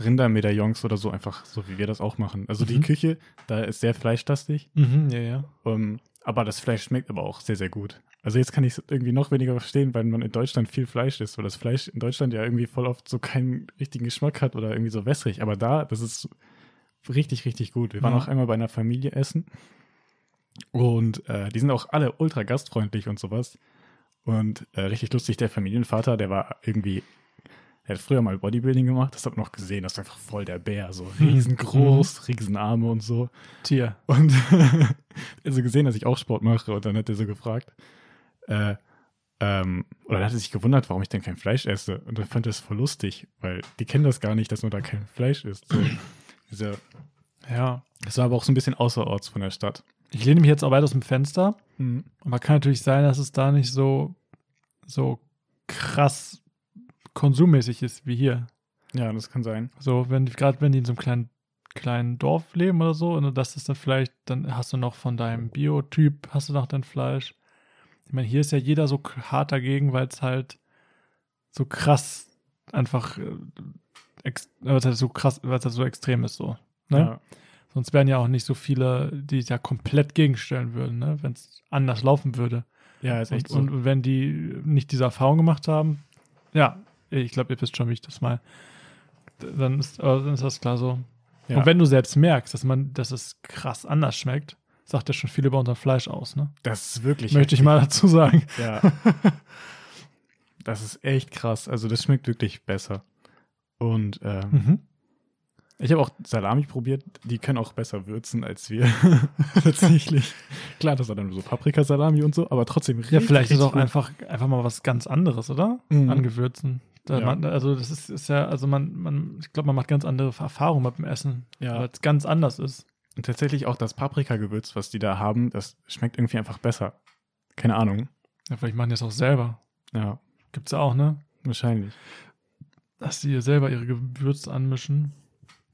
Speaker 2: Rindermedaillons oder so, einfach so wie wir das auch machen. Also die
Speaker 1: Mhm.
Speaker 2: Küche, da ist sehr fleischlastig,
Speaker 1: Mhm, ja, ja.
Speaker 2: ähm, aber das Fleisch schmeckt aber auch sehr, sehr gut. Also jetzt kann ich es irgendwie noch weniger verstehen, weil man in Deutschland viel Fleisch isst, weil das Fleisch in Deutschland ja irgendwie voll oft so keinen richtigen Geschmack hat oder irgendwie so wässrig. Aber da, das ist richtig, richtig gut. Wir waren
Speaker 1: Ja.
Speaker 2: auch einmal bei einer Familie essen und äh, die sind auch alle ultra gastfreundlich und sowas. Und äh, richtig lustig, der Familienvater, der war irgendwie, der hat früher mal Bodybuilding gemacht, das hat man noch gesehen, das ist einfach voll der Bär, so riesengroß, riesenarme und so.
Speaker 1: Tier.
Speaker 2: Und also gesehen, dass ich auch Sport mache und dann hat er so gefragt, äh, ähm, oder dann hat er sich gewundert, warum ich denn kein Fleisch esse. Und dann fand er es voll lustig, weil die kennen das gar nicht, dass man da kein Fleisch isst. So, dieser,
Speaker 1: Ja.
Speaker 2: das war aber auch so ein bisschen außerorts von der Stadt.
Speaker 1: Ich lehne mich jetzt auch weit aus dem Fenster.
Speaker 2: Mhm.
Speaker 1: Aber kann natürlich sein, dass es da nicht so, so krass konsummäßig ist wie hier.
Speaker 2: Ja, das kann sein.
Speaker 1: So, wenn gerade wenn die in so einem kleinen, kleinen Dorf leben oder so, und das ist dann vielleicht, dann hast du noch von deinem Biotyp, hast du noch dein Fleisch. Ich meine, hier ist ja jeder so k- hart dagegen, weil es halt so krass einfach äh, ex- weil es halt so krass, weil es halt so extrem ist so. Ne?
Speaker 2: Ja.
Speaker 1: Sonst wären ja auch nicht so viele, die da komplett gegenstellen würden, ne? wenn es anders laufen würde.
Speaker 2: Ja, ist echt
Speaker 1: Und,
Speaker 2: so.
Speaker 1: und wenn die nicht diese Erfahrung gemacht haben, ja, ich glaube, ihr wisst schon, wie ich das mal. Dann ist, aber dann ist das klar so.
Speaker 2: ja.
Speaker 1: Und wenn du selbst merkst, dass man, dass es krass anders schmeckt, sagt ja schon viel über unser Fleisch aus, ne?
Speaker 2: das ist wirklich.
Speaker 1: Möchte ich mal dazu sagen.
Speaker 2: Ja. das ist echt krass. Also das schmeckt wirklich besser. Und ähm,
Speaker 1: Mhm.
Speaker 2: ich habe auch Salami probiert. Die können auch besser würzen als wir. Tatsächlich. Klar, das war dann so Paprikasalami und so, aber trotzdem richtig.
Speaker 1: Ja, vielleicht ist
Speaker 2: richtig
Speaker 1: auch
Speaker 2: gut.
Speaker 1: einfach, einfach mal was ganz anderes, oder?
Speaker 2: Mhm.
Speaker 1: An Gewürzen. Da
Speaker 2: Ja.
Speaker 1: man, also das ist, ist ja, also man, man, ich glaube, man macht ganz andere Erfahrungen mit dem Essen,
Speaker 2: Ja.
Speaker 1: weil es ganz anders ist.
Speaker 2: Und tatsächlich auch das Paprikagewürz, was die da haben, das schmeckt irgendwie einfach besser. Keine Ahnung.
Speaker 1: Ja, vielleicht machen die das auch selber.
Speaker 2: Ja,
Speaker 1: Gibt's ja auch, ne?
Speaker 2: wahrscheinlich.
Speaker 1: Dass sie selber ihre Gewürze anmischen.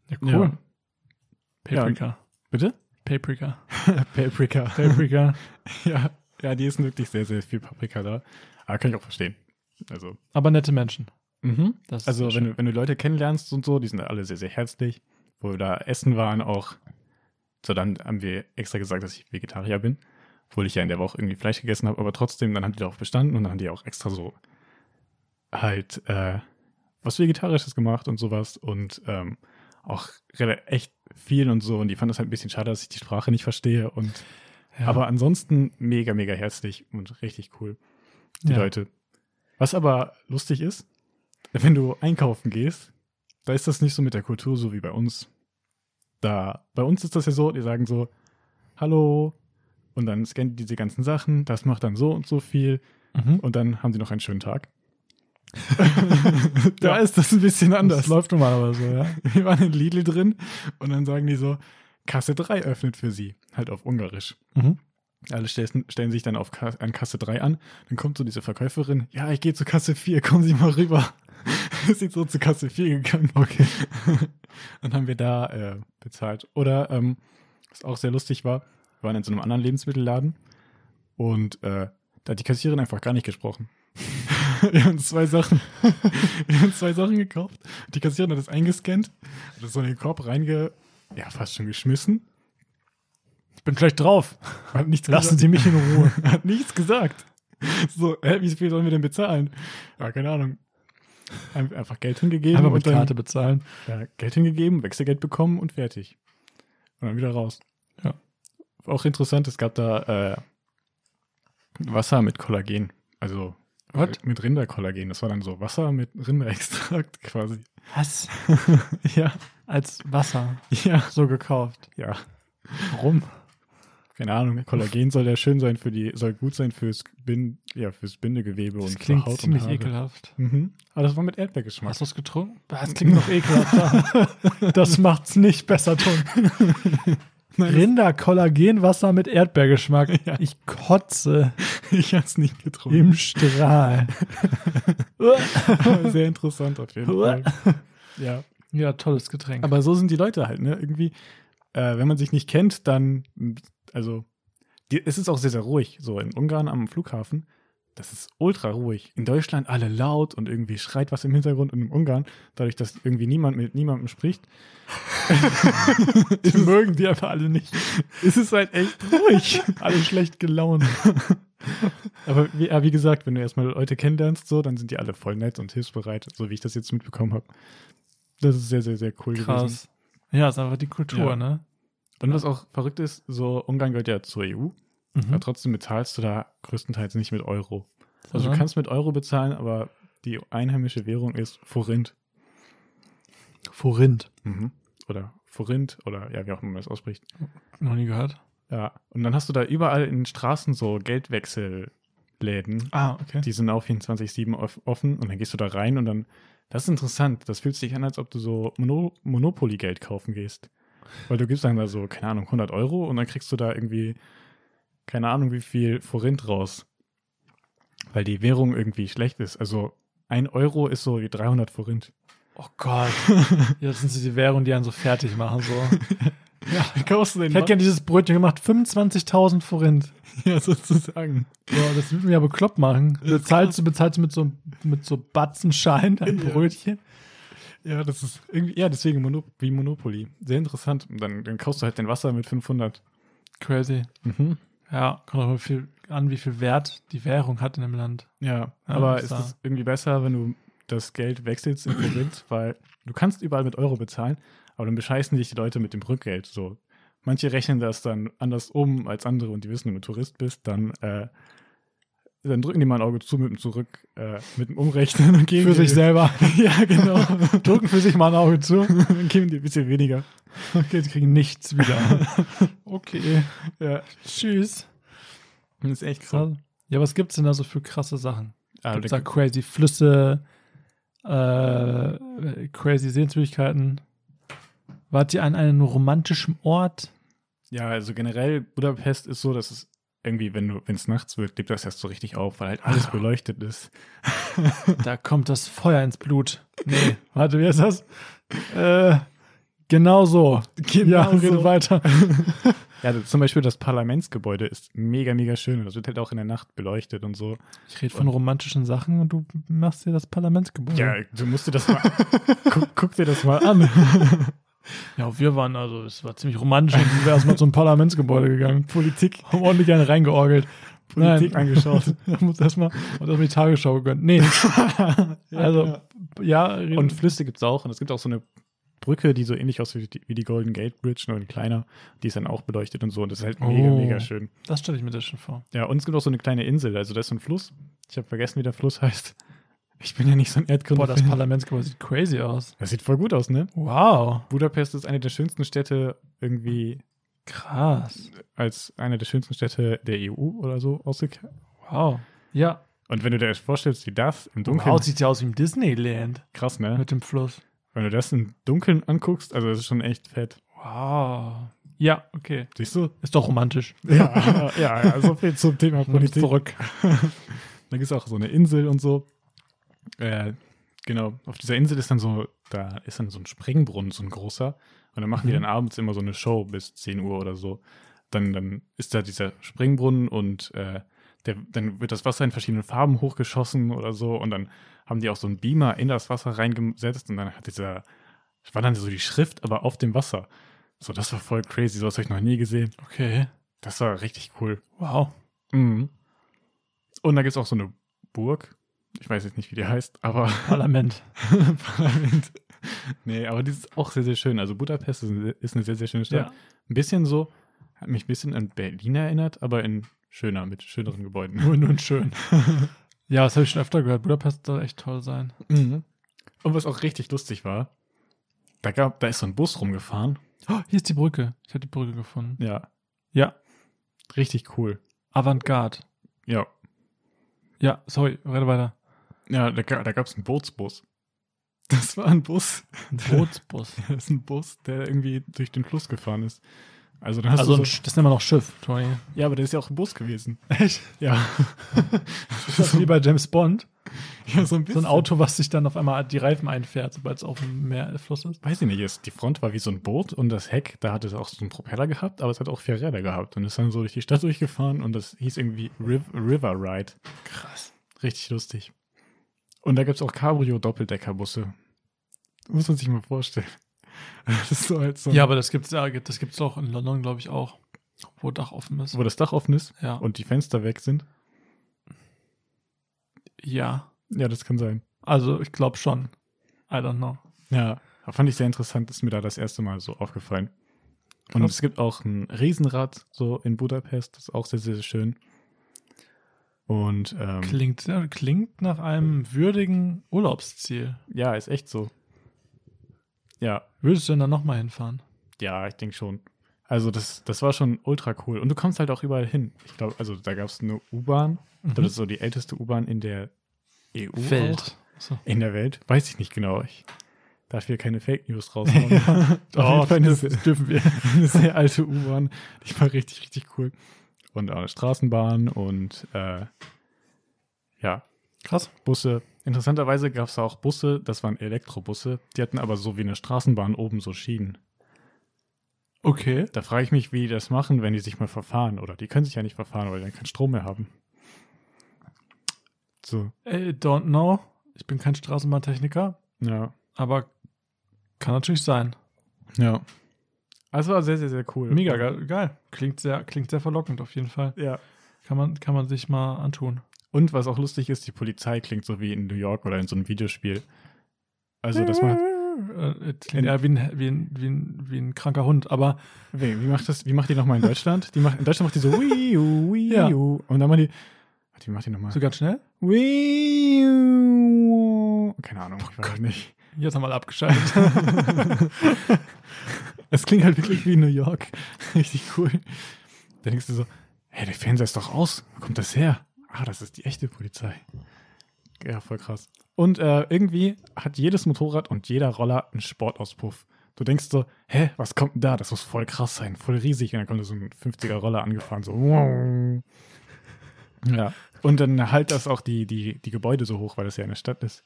Speaker 1: Ja,
Speaker 2: Ja.
Speaker 1: cool. Paprika.
Speaker 2: Bitte?
Speaker 1: Paprika.
Speaker 2: Paprika.
Speaker 1: Paprika.
Speaker 2: ja. ja, die ist wirklich sehr, sehr viel Paprika da. Aber kann ich auch verstehen. Also.
Speaker 1: Aber nette Menschen.
Speaker 2: Mhm.
Speaker 1: Das ist
Speaker 2: Also,
Speaker 1: schön.
Speaker 2: wenn du, wenn du Leute kennenlernst und so, die sind alle sehr, sehr herzlich. Wo wir da essen waren auch. So, dann haben wir extra gesagt, dass ich Vegetarier bin. Obwohl ich ja in der Woche irgendwie Fleisch gegessen habe, aber trotzdem, dann haben die darauf bestanden und dann haben die auch extra so halt äh, was Vegetarisches gemacht und sowas und ähm, auch rela- echt viel und so. Und die fanden es halt ein bisschen schade, dass ich die Sprache nicht verstehe. Und
Speaker 1: Ja.
Speaker 2: aber ansonsten mega, mega herzlich und richtig cool, die
Speaker 1: Ja.
Speaker 2: Leute. Was aber lustig ist, wenn du einkaufen gehst, da ist das nicht so mit der Kultur so wie bei uns. Da, bei uns ist das ja so, die sagen so, hallo, und dann scannen die diese ganzen Sachen, das macht dann so und so viel,
Speaker 1: Mhm.
Speaker 2: und dann haben sie noch einen schönen Tag.
Speaker 1: Ja.
Speaker 2: da ist das ein bisschen anders.
Speaker 1: Das läuft normalerweise so, ja.
Speaker 2: Wir waren in Lidl drin und dann sagen die so, Kasse 3 öffnet für sie, halt auf Ungarisch.
Speaker 1: Mhm.
Speaker 2: Alle stellen, stellen sich dann auf Ka an Kasse 3 an. Dann kommt so diese Verkäuferin. Ja, ich gehe zu Kasse 4, kommen Sie mal rüber. Ist jetzt so zu Kasse 4 gegangen. Okay. Dann haben wir da äh, bezahlt. Oder, ähm, was auch sehr lustig war, wir waren in so einem anderen Lebensmittelladen und äh, da hat die Kassiererin einfach gar nicht gesprochen. wir haben zwei Sachen. wir haben zwei Sachen gekauft. Die Kassiererin hat das eingescannt, hat das so in den Korb reinge... Ja, fast schon geschmissen.
Speaker 1: Ich bin schlecht drauf.
Speaker 2: Hat nichts
Speaker 1: Lassen
Speaker 2: gesagt.
Speaker 1: Sie mich in Ruhe.
Speaker 2: Hat nichts gesagt. So, hä, wie viel sollen wir denn bezahlen? Ja, keine Ahnung. Ein- Einfach Geld hingegeben
Speaker 1: Einfach mit
Speaker 2: und dann,
Speaker 1: Karte bezahlen.
Speaker 2: Ja, Geld hingegeben, Wechselgeld bekommen und fertig. Und dann wieder raus.
Speaker 1: Ja.
Speaker 2: Auch interessant, es gab da äh, Wasser mit Kollagen. Also
Speaker 1: Was?
Speaker 2: mit Rinderkollagen. Das war dann so Wasser mit Rinderextrakt quasi.
Speaker 1: Was?
Speaker 2: ja.
Speaker 1: Als Wasser.
Speaker 2: Ja.
Speaker 1: So gekauft.
Speaker 2: Ja.
Speaker 1: Warum?
Speaker 2: Keine Ahnung. Kollagen soll ja schön sein für die, soll gut sein fürs, Bin, ja, fürs Bindegewebe
Speaker 1: Das
Speaker 2: und für
Speaker 1: klingt
Speaker 2: Haut
Speaker 1: ziemlich
Speaker 2: und Haare.
Speaker 1: ekelhaft.
Speaker 2: Mhm. Aber das war mit Erdbeergeschmack.
Speaker 1: Hast du es getrunken? Das klingt noch ekelhafter. Das macht's nicht besser, Tom. Rinder-Kollagenwasser mit Erdbeergeschmack.
Speaker 2: Ja.
Speaker 1: Ich kotze
Speaker 2: Ich hab's nicht getrunken.
Speaker 1: im Strahl.
Speaker 2: Aber Sehr interessant auf jeden Fall. Ja.
Speaker 1: ja, tolles Getränk.
Speaker 2: Aber so sind die Leute halt, ne? Irgendwie, äh, wenn man sich nicht kennt, dann, also, die, es ist auch sehr, sehr ruhig. So in Ungarn am Flughafen, das ist ultra ruhig. In Deutschland alle laut und irgendwie schreit was im Hintergrund und in Ungarn, dadurch, dass irgendwie niemand mit niemandem spricht,
Speaker 1: die mögen die einfach alle nicht.
Speaker 2: ist es halt echt ruhig.
Speaker 1: Alle schlecht gelaunt.
Speaker 2: Aber wie, ja, wie gesagt, wenn du erstmal Leute kennenlernst, so, dann sind die alle voll nett und hilfsbereit, so wie ich das jetzt mitbekommen habe. Das ist sehr, sehr, sehr cool gewesen.
Speaker 1: Krass. Ja, ist einfach die Kultur,
Speaker 2: Ja.
Speaker 1: ne?
Speaker 2: Und was auch verrückt ist, so Ungarn gehört ja zur EU, aber
Speaker 1: Mhm.
Speaker 2: trotzdem bezahlst du da größtenteils nicht mit Euro. Also du
Speaker 1: Sondern
Speaker 2: kannst mit Euro bezahlen, aber die einheimische Währung ist Forint.
Speaker 1: Forint.
Speaker 2: Mhm. Oder Forint oder ja, wie auch immer man das ausspricht.
Speaker 1: Noch nie gehört.
Speaker 2: Ja. Und dann hast du da überall in den Straßen so Geldwechselläden.
Speaker 1: Ah, okay.
Speaker 2: Die sind auch 24-7 off- offen und dann gehst du da rein und dann. Das ist interessant. Das fühlt sich an, als ob du so Mono Monopoly-Geld kaufen gehst. Weil du gibst dann da so, keine Ahnung, 100 Euro und dann kriegst du da irgendwie, keine Ahnung, wie viel Forint raus. Weil die Währung irgendwie schlecht ist. Also ein Euro ist so wie 300 Forint.
Speaker 1: Oh Gott. Jetzt sind sie die Währung, die einen so fertig machen. So.
Speaker 2: Ja, wie kaufst du denn
Speaker 1: Ich hätte gerne dieses Brötchen gemacht. 25.000 Forint.
Speaker 2: ja, sozusagen.
Speaker 1: Ja, das würde mich ja bekloppt machen. Bezahlst du, bezahlst du mit so, mit so Batzenschein ein
Speaker 2: Ja.
Speaker 1: Brötchen?
Speaker 2: Ja, das ist irgendwie, ja, deswegen Mono, wie Monopoly. Sehr interessant. Und dann, dann kaufst du halt den Wasser mit 500.
Speaker 1: Crazy.
Speaker 2: Mhm.
Speaker 1: Ja, kommt auch mal viel an, wie viel Wert die Währung hat in einem Land.
Speaker 2: Ja,
Speaker 1: Ja,
Speaker 2: aber
Speaker 1: das
Speaker 2: ist
Speaker 1: war-
Speaker 2: es irgendwie besser, wenn du das Geld wechselst in Provinz, weil du kannst überall mit Euro bezahlen, aber dann bescheißen dich die Leute mit dem Rückgeld. So, manche rechnen das dann anders um als andere und die wissen, wenn du Tourist bist, dann, äh, dann drücken die mal ein Auge zu mit dem Zurück, äh, mit dem Umrechnen und geben
Speaker 1: Für sich
Speaker 2: dir-
Speaker 1: selber.
Speaker 2: Ja, genau.
Speaker 1: Drücken für sich mal ein Auge zu.
Speaker 2: dann geben die ein bisschen weniger.
Speaker 1: Okay, sie kriegen nichts wieder. okay.
Speaker 2: Ja,
Speaker 1: Tschüss.
Speaker 2: das ist echt krass.
Speaker 1: Krass. Ja, was gibt's denn da so für krasse Sachen?
Speaker 2: Ah,
Speaker 1: Gibt's
Speaker 2: da-
Speaker 1: da crazy Flüsse, äh, crazy Sehenswürdigkeiten? Wart ihr an einem romantischen Ort?
Speaker 2: Ja, also generell Budapest ist so, dass es irgendwie, wenn du, wenn es nachts wird, lebt das erst so richtig auf, weil halt alles beleuchtet ist.
Speaker 1: Da kommt das Feuer ins Blut. Nee, warte, wie heißt das? Äh, genau so. ja,
Speaker 2: Genau so.
Speaker 1: rede weiter.
Speaker 2: Ja, das, zum Beispiel das Parlamentsgebäude ist mega, mega schön. und Das wird halt auch in der Nacht beleuchtet und so.
Speaker 1: Ich rede von romantischen Sachen und du machst dir das Parlamentsgebäude.
Speaker 2: Ja, du musst dir das mal. guck, guck dir das mal an.
Speaker 1: ja, wir waren also, es war ziemlich romantisch und sind wir erstmal zum Parlamentsgebäude gegangen. Politik. Haben ordentlich einen reingeorgelt.
Speaker 2: Politik
Speaker 1: Nein.
Speaker 2: angeschaut.
Speaker 1: Da muss erstmal und erstmal die Tagesschau gegönnt. Nee. also, ja, reden-
Speaker 2: Und Flüsse gibt es auch. Und es gibt auch so eine Brücke, die so ähnlich aussieht wie die, wie die Golden Gate Bridge, nur in kleiner. Die ist dann auch beleuchtet und so. Und das ist halt mega,
Speaker 1: Oh.
Speaker 2: mega schön.
Speaker 1: das stelle ich mir das schon vor.
Speaker 2: Ja, und es gibt auch so eine kleine Insel. Also da ist so ein Fluss. Ich habe vergessen, wie der Fluss heißt. Ich bin ja nicht so ein Erdkunde.
Speaker 1: Boah, das Parlamentsgebäude sieht crazy aus.
Speaker 2: das sieht voll gut aus, ne?
Speaker 1: Wow.
Speaker 2: Budapest ist eine der schönsten Städte irgendwie
Speaker 1: Krass.
Speaker 2: als eine der schönsten Städte der EU oder so ausgekehrt.
Speaker 1: Wow. Ja.
Speaker 2: Und wenn du dir das vorstellst, wie das im Dunkeln,
Speaker 1: Wow, sieht ja aus wie im Disneyland
Speaker 2: krass, ne?
Speaker 1: mit dem Fluss.
Speaker 2: Wenn du das im Dunkeln anguckst, also das ist schon echt fett.
Speaker 1: Wow. Ja, okay.
Speaker 2: Siehst du?
Speaker 1: Ist doch romantisch.
Speaker 2: Ja, ja, ja, so viel zum Thema
Speaker 1: Nimm's
Speaker 2: Politik.
Speaker 1: zurück.
Speaker 2: Dann gibt's auch so eine Insel und so. Äh, genau, auf dieser Insel ist dann so, da ist dann so ein Springbrunnen, so ein großer. Und dann machen die
Speaker 1: Mhm.
Speaker 2: dann abends immer so eine Show bis 10 Uhr oder so. Dann, dann ist da dieser Springbrunnen und äh, der, dann wird das Wasser in verschiedenen Farben hochgeschossen oder so. Und dann haben die auch so einen Beamer in das Wasser reingesetzt und dann hat dieser, war dann so die Schrift, aber auf dem Wasser. So, das war voll crazy, sowas habe ich noch nie gesehen.
Speaker 1: Okay.
Speaker 2: Das war richtig cool.
Speaker 1: Wow.
Speaker 2: Mhm. Und da gibt es auch so eine Burg. Ich weiß jetzt nicht, wie die heißt, aber
Speaker 1: Parlament.
Speaker 2: Parlament. Nee, aber die ist auch sehr, sehr schön. Also Budapest ist eine- ist eine sehr, sehr schöne Stadt.
Speaker 1: Ja.
Speaker 2: Ein bisschen so, hat mich ein bisschen an Berlin erinnert, aber in schöner, mit schöneren Gebäuden.
Speaker 1: Grün und schön. ja, das habe ich schon öfter gehört. Budapest soll echt toll sein.
Speaker 2: Mhm. Und was auch richtig lustig war, da, gab, da ist so ein Bus rumgefahren.
Speaker 1: Oh, hier ist die Brücke. Ich habe die Brücke gefunden.
Speaker 2: Ja.
Speaker 1: Ja.
Speaker 2: Richtig cool.
Speaker 1: Avantgarde.
Speaker 2: Ja.
Speaker 1: Ja, sorry, rede weiter.
Speaker 2: Ja, da, ga- da gab es einen Bootsbus. Das war ein Bus.
Speaker 1: Ein Bootsbus.
Speaker 2: Das ist ein Bus, der irgendwie durch den Fluss gefahren ist. Also, dann hast
Speaker 1: Also,
Speaker 2: du
Speaker 1: ein,
Speaker 2: so,
Speaker 1: Sch- das nennen wir noch Schiff, Tony.
Speaker 2: ja, aber der ist ja auch ein Bus gewesen.
Speaker 1: Echt?
Speaker 2: Ja.
Speaker 1: Ist das wie bei James Bond?
Speaker 2: ja, so ein
Speaker 1: So
Speaker 2: bisschen.
Speaker 1: ein Auto, was sich dann auf einmal die Reifen einfährt, sobald es auf dem Meer Fluss ist.
Speaker 2: Weiß ich nicht, es, die Front war wie so ein Boot und das Heck, da hat es auch so einen Propeller gehabt, aber es hat auch vier Räder gehabt und ist dann so durch die Stadt durchgefahren und das hieß irgendwie Riv River Ride.
Speaker 1: Krass.
Speaker 2: Richtig lustig. Und da gibt es auch Cabrio-Doppeldeckerbusse. Muss man sich mal vorstellen. Das ist so halt so,
Speaker 1: Ja, aber das gibt's ja, das gibt's auch in London, glaube ich, auch, wo Dach offen ist.
Speaker 2: wo das Dach offen ist
Speaker 1: Ja.
Speaker 2: und die Fenster weg sind.
Speaker 1: ja.
Speaker 2: Ja, das kann sein.
Speaker 1: Also ich glaube schon. I don't know.
Speaker 2: Ja, fand ich sehr interessant, ist mir da das erste Mal so aufgefallen. Und
Speaker 1: Krass.
Speaker 2: es gibt auch ein Riesenrad so in Budapest, das ist auch sehr, sehr, sehr schön. Und ähm,
Speaker 1: Klingt, ja, klingt nach einem würdigen Urlaubsziel.
Speaker 2: ja, ist echt so. Ja,
Speaker 1: Würdest du denn da nochmal hinfahren?
Speaker 2: ja, ich denke schon. Also das, das war schon ultra cool. Und du kommst halt auch überall hin. Ich glaube, also da gab es eine U-Bahn.
Speaker 1: Mhm.
Speaker 2: Das ist so die älteste U-Bahn in der EU. Auch.
Speaker 1: Feld. So.
Speaker 2: In der Welt? Weiß ich nicht genau. Ich darf hier keine Fake News raushauen.
Speaker 1: Oh,
Speaker 2: Auf jeden Fall
Speaker 1: das
Speaker 2: eine-
Speaker 1: dürfen wir.
Speaker 2: eine sehr alte U-Bahn. Die war richtig, richtig cool. Und auch eine Straßenbahn und äh, ja,
Speaker 1: Krass.
Speaker 2: Busse. Interessanterweise gab es auch Busse, das waren Elektrobusse, die hatten aber so wie eine Straßenbahn oben so Schienen.
Speaker 1: Okay.
Speaker 2: Da frage ich mich, wie die das machen, wenn die sich mal verfahren. Oder die können sich ja nicht verfahren, weil die dann keinen Strom mehr haben. So,
Speaker 1: I don't know. Ich bin kein Straßenbahntechniker,
Speaker 2: ja.
Speaker 1: aber Kann natürlich sein.
Speaker 2: Ja. Also war sehr, sehr, sehr cool.
Speaker 1: Mega geil. geil. Klingt, sehr, klingt sehr verlockend auf jeden Fall.
Speaker 2: Ja.
Speaker 1: Kann man, kann man sich mal antun.
Speaker 2: Und was auch lustig ist, die Polizei klingt so wie in New York oder in so einem Videospiel. Also, das macht.
Speaker 1: Äh, es klingt eher wie ein, wie, ein, wie, ein, wie ein kranker Hund, aber
Speaker 2: Wie, wie macht das, wie macht die nochmal in Deutschland? Die macht, in Deutschland macht die so Wii U, Wii
Speaker 1: Ja.
Speaker 2: U. Und dann macht die. Warte, Wie macht die nochmal?
Speaker 1: so ganz schnell.
Speaker 2: Wii U. Keine Ahnung,
Speaker 1: Oh
Speaker 2: ich weiß nicht.
Speaker 1: Jetzt haben wir alle abgeschaltet.
Speaker 2: Es klingt halt wirklich wie New York. Richtig cool. Da denkst du so, hey, der Fernseher ist doch aus. Wo kommt das her? Ah, das ist die echte Polizei. Ja, voll krass. Und äh, irgendwie hat jedes Motorrad und jeder Roller einen Sportauspuff. Du denkst so, hä, was kommt denn da? Das muss voll krass sein, voll riesig. Und dann kommt so ein 50er-Roller angefahren, so. wow. Ja. Und dann halt das auch die, die, die Gebäude so hoch, weil das ja eine Stadt ist.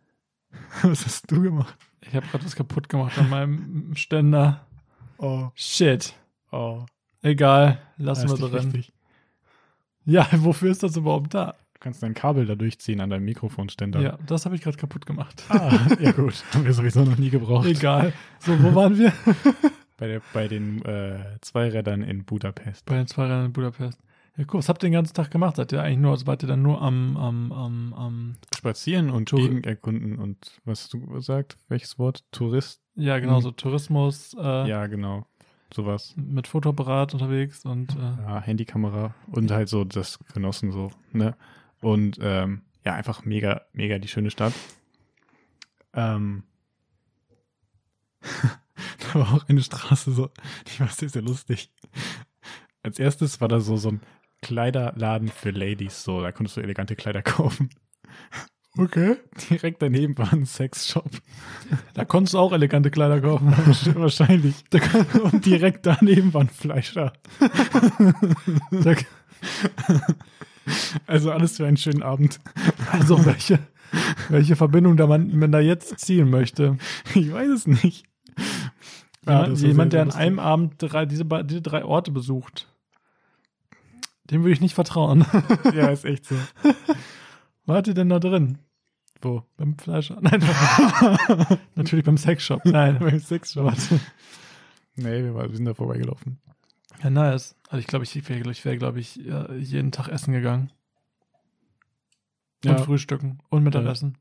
Speaker 2: Was hast du gemacht?
Speaker 1: ich habe gerade was kaputt gemacht an meinem Ständer.
Speaker 2: Oh,
Speaker 1: Shit.
Speaker 2: oh.
Speaker 1: Egal, lassen
Speaker 2: das
Speaker 1: wir
Speaker 2: ist
Speaker 1: so
Speaker 2: nicht
Speaker 1: drin.
Speaker 2: wichtig.
Speaker 1: Ja, wofür ist das überhaupt da?
Speaker 2: Du kannst dein Kabel da durchziehen an deinem Mikrofonständer.
Speaker 1: Ja, das habe ich gerade kaputt gemacht.
Speaker 2: Ah, ja gut. Haben wir sowieso noch nie gebraucht.
Speaker 1: Egal. So, wo waren wir?
Speaker 2: Bei, der, bei den äh, Zweirädern in Budapest.
Speaker 1: Bei den zwei Rennen in Budapest. Ja, cool. Was habt ihr den ganzen Tag gemacht? Seid ihr eigentlich nur, also wart ihr dann nur am, am, am, am
Speaker 2: Spazieren und
Speaker 1: Tour-
Speaker 2: Gegend erkunden und was hast du gesagt? Welches Wort? Tourist?
Speaker 1: ja, genau,
Speaker 2: Mhm.
Speaker 1: so Tourismus, äh,
Speaker 2: Ja, genau. Sowas.
Speaker 1: mit Fotoapparat unterwegs und äh,
Speaker 2: Ja, Handykamera und halt so das Genossen so, ne? Und ähm, ja, einfach mega, mega die schöne Stadt. Ähm. da war auch eine Straße so, die war sehr, sehr lustig. Als erstes war da so, so ein Kleiderladen für Ladies, so, da konntest du elegante Kleider kaufen. Okay. Direkt daneben war ein Sexshop.
Speaker 1: da konntest du auch elegante Kleider kaufen.
Speaker 2: Wahrscheinlich. Und direkt daneben war ein Fleischer. Also alles für einen schönen Abend.
Speaker 1: Also welche, welche Verbindung da man, man da jetzt ziehen möchte.
Speaker 2: Ich weiß es nicht. Ja,
Speaker 1: jemand,
Speaker 2: das war
Speaker 1: jemand
Speaker 2: sehr,
Speaker 1: der
Speaker 2: sehr
Speaker 1: an
Speaker 2: lustig.
Speaker 1: einem Abend drei, diese, ba- diese drei Orte besucht, dem würde ich nicht vertrauen.
Speaker 2: Ja, ist echt so.
Speaker 1: Wart ihr denn da drin?
Speaker 2: Wo?
Speaker 1: Beim Fleischer? Nein, natürlich beim Sexshop. Nein.
Speaker 2: Beim Sexshop. Nee, wir, war- wir sind da vorbeigelaufen.
Speaker 1: Ja, nice. Also ich glaube, ich wäre, ich wär, glaube ich, ja, jeden Tag essen gegangen.
Speaker 2: Ja.
Speaker 1: Und frühstücken und Mittagessen.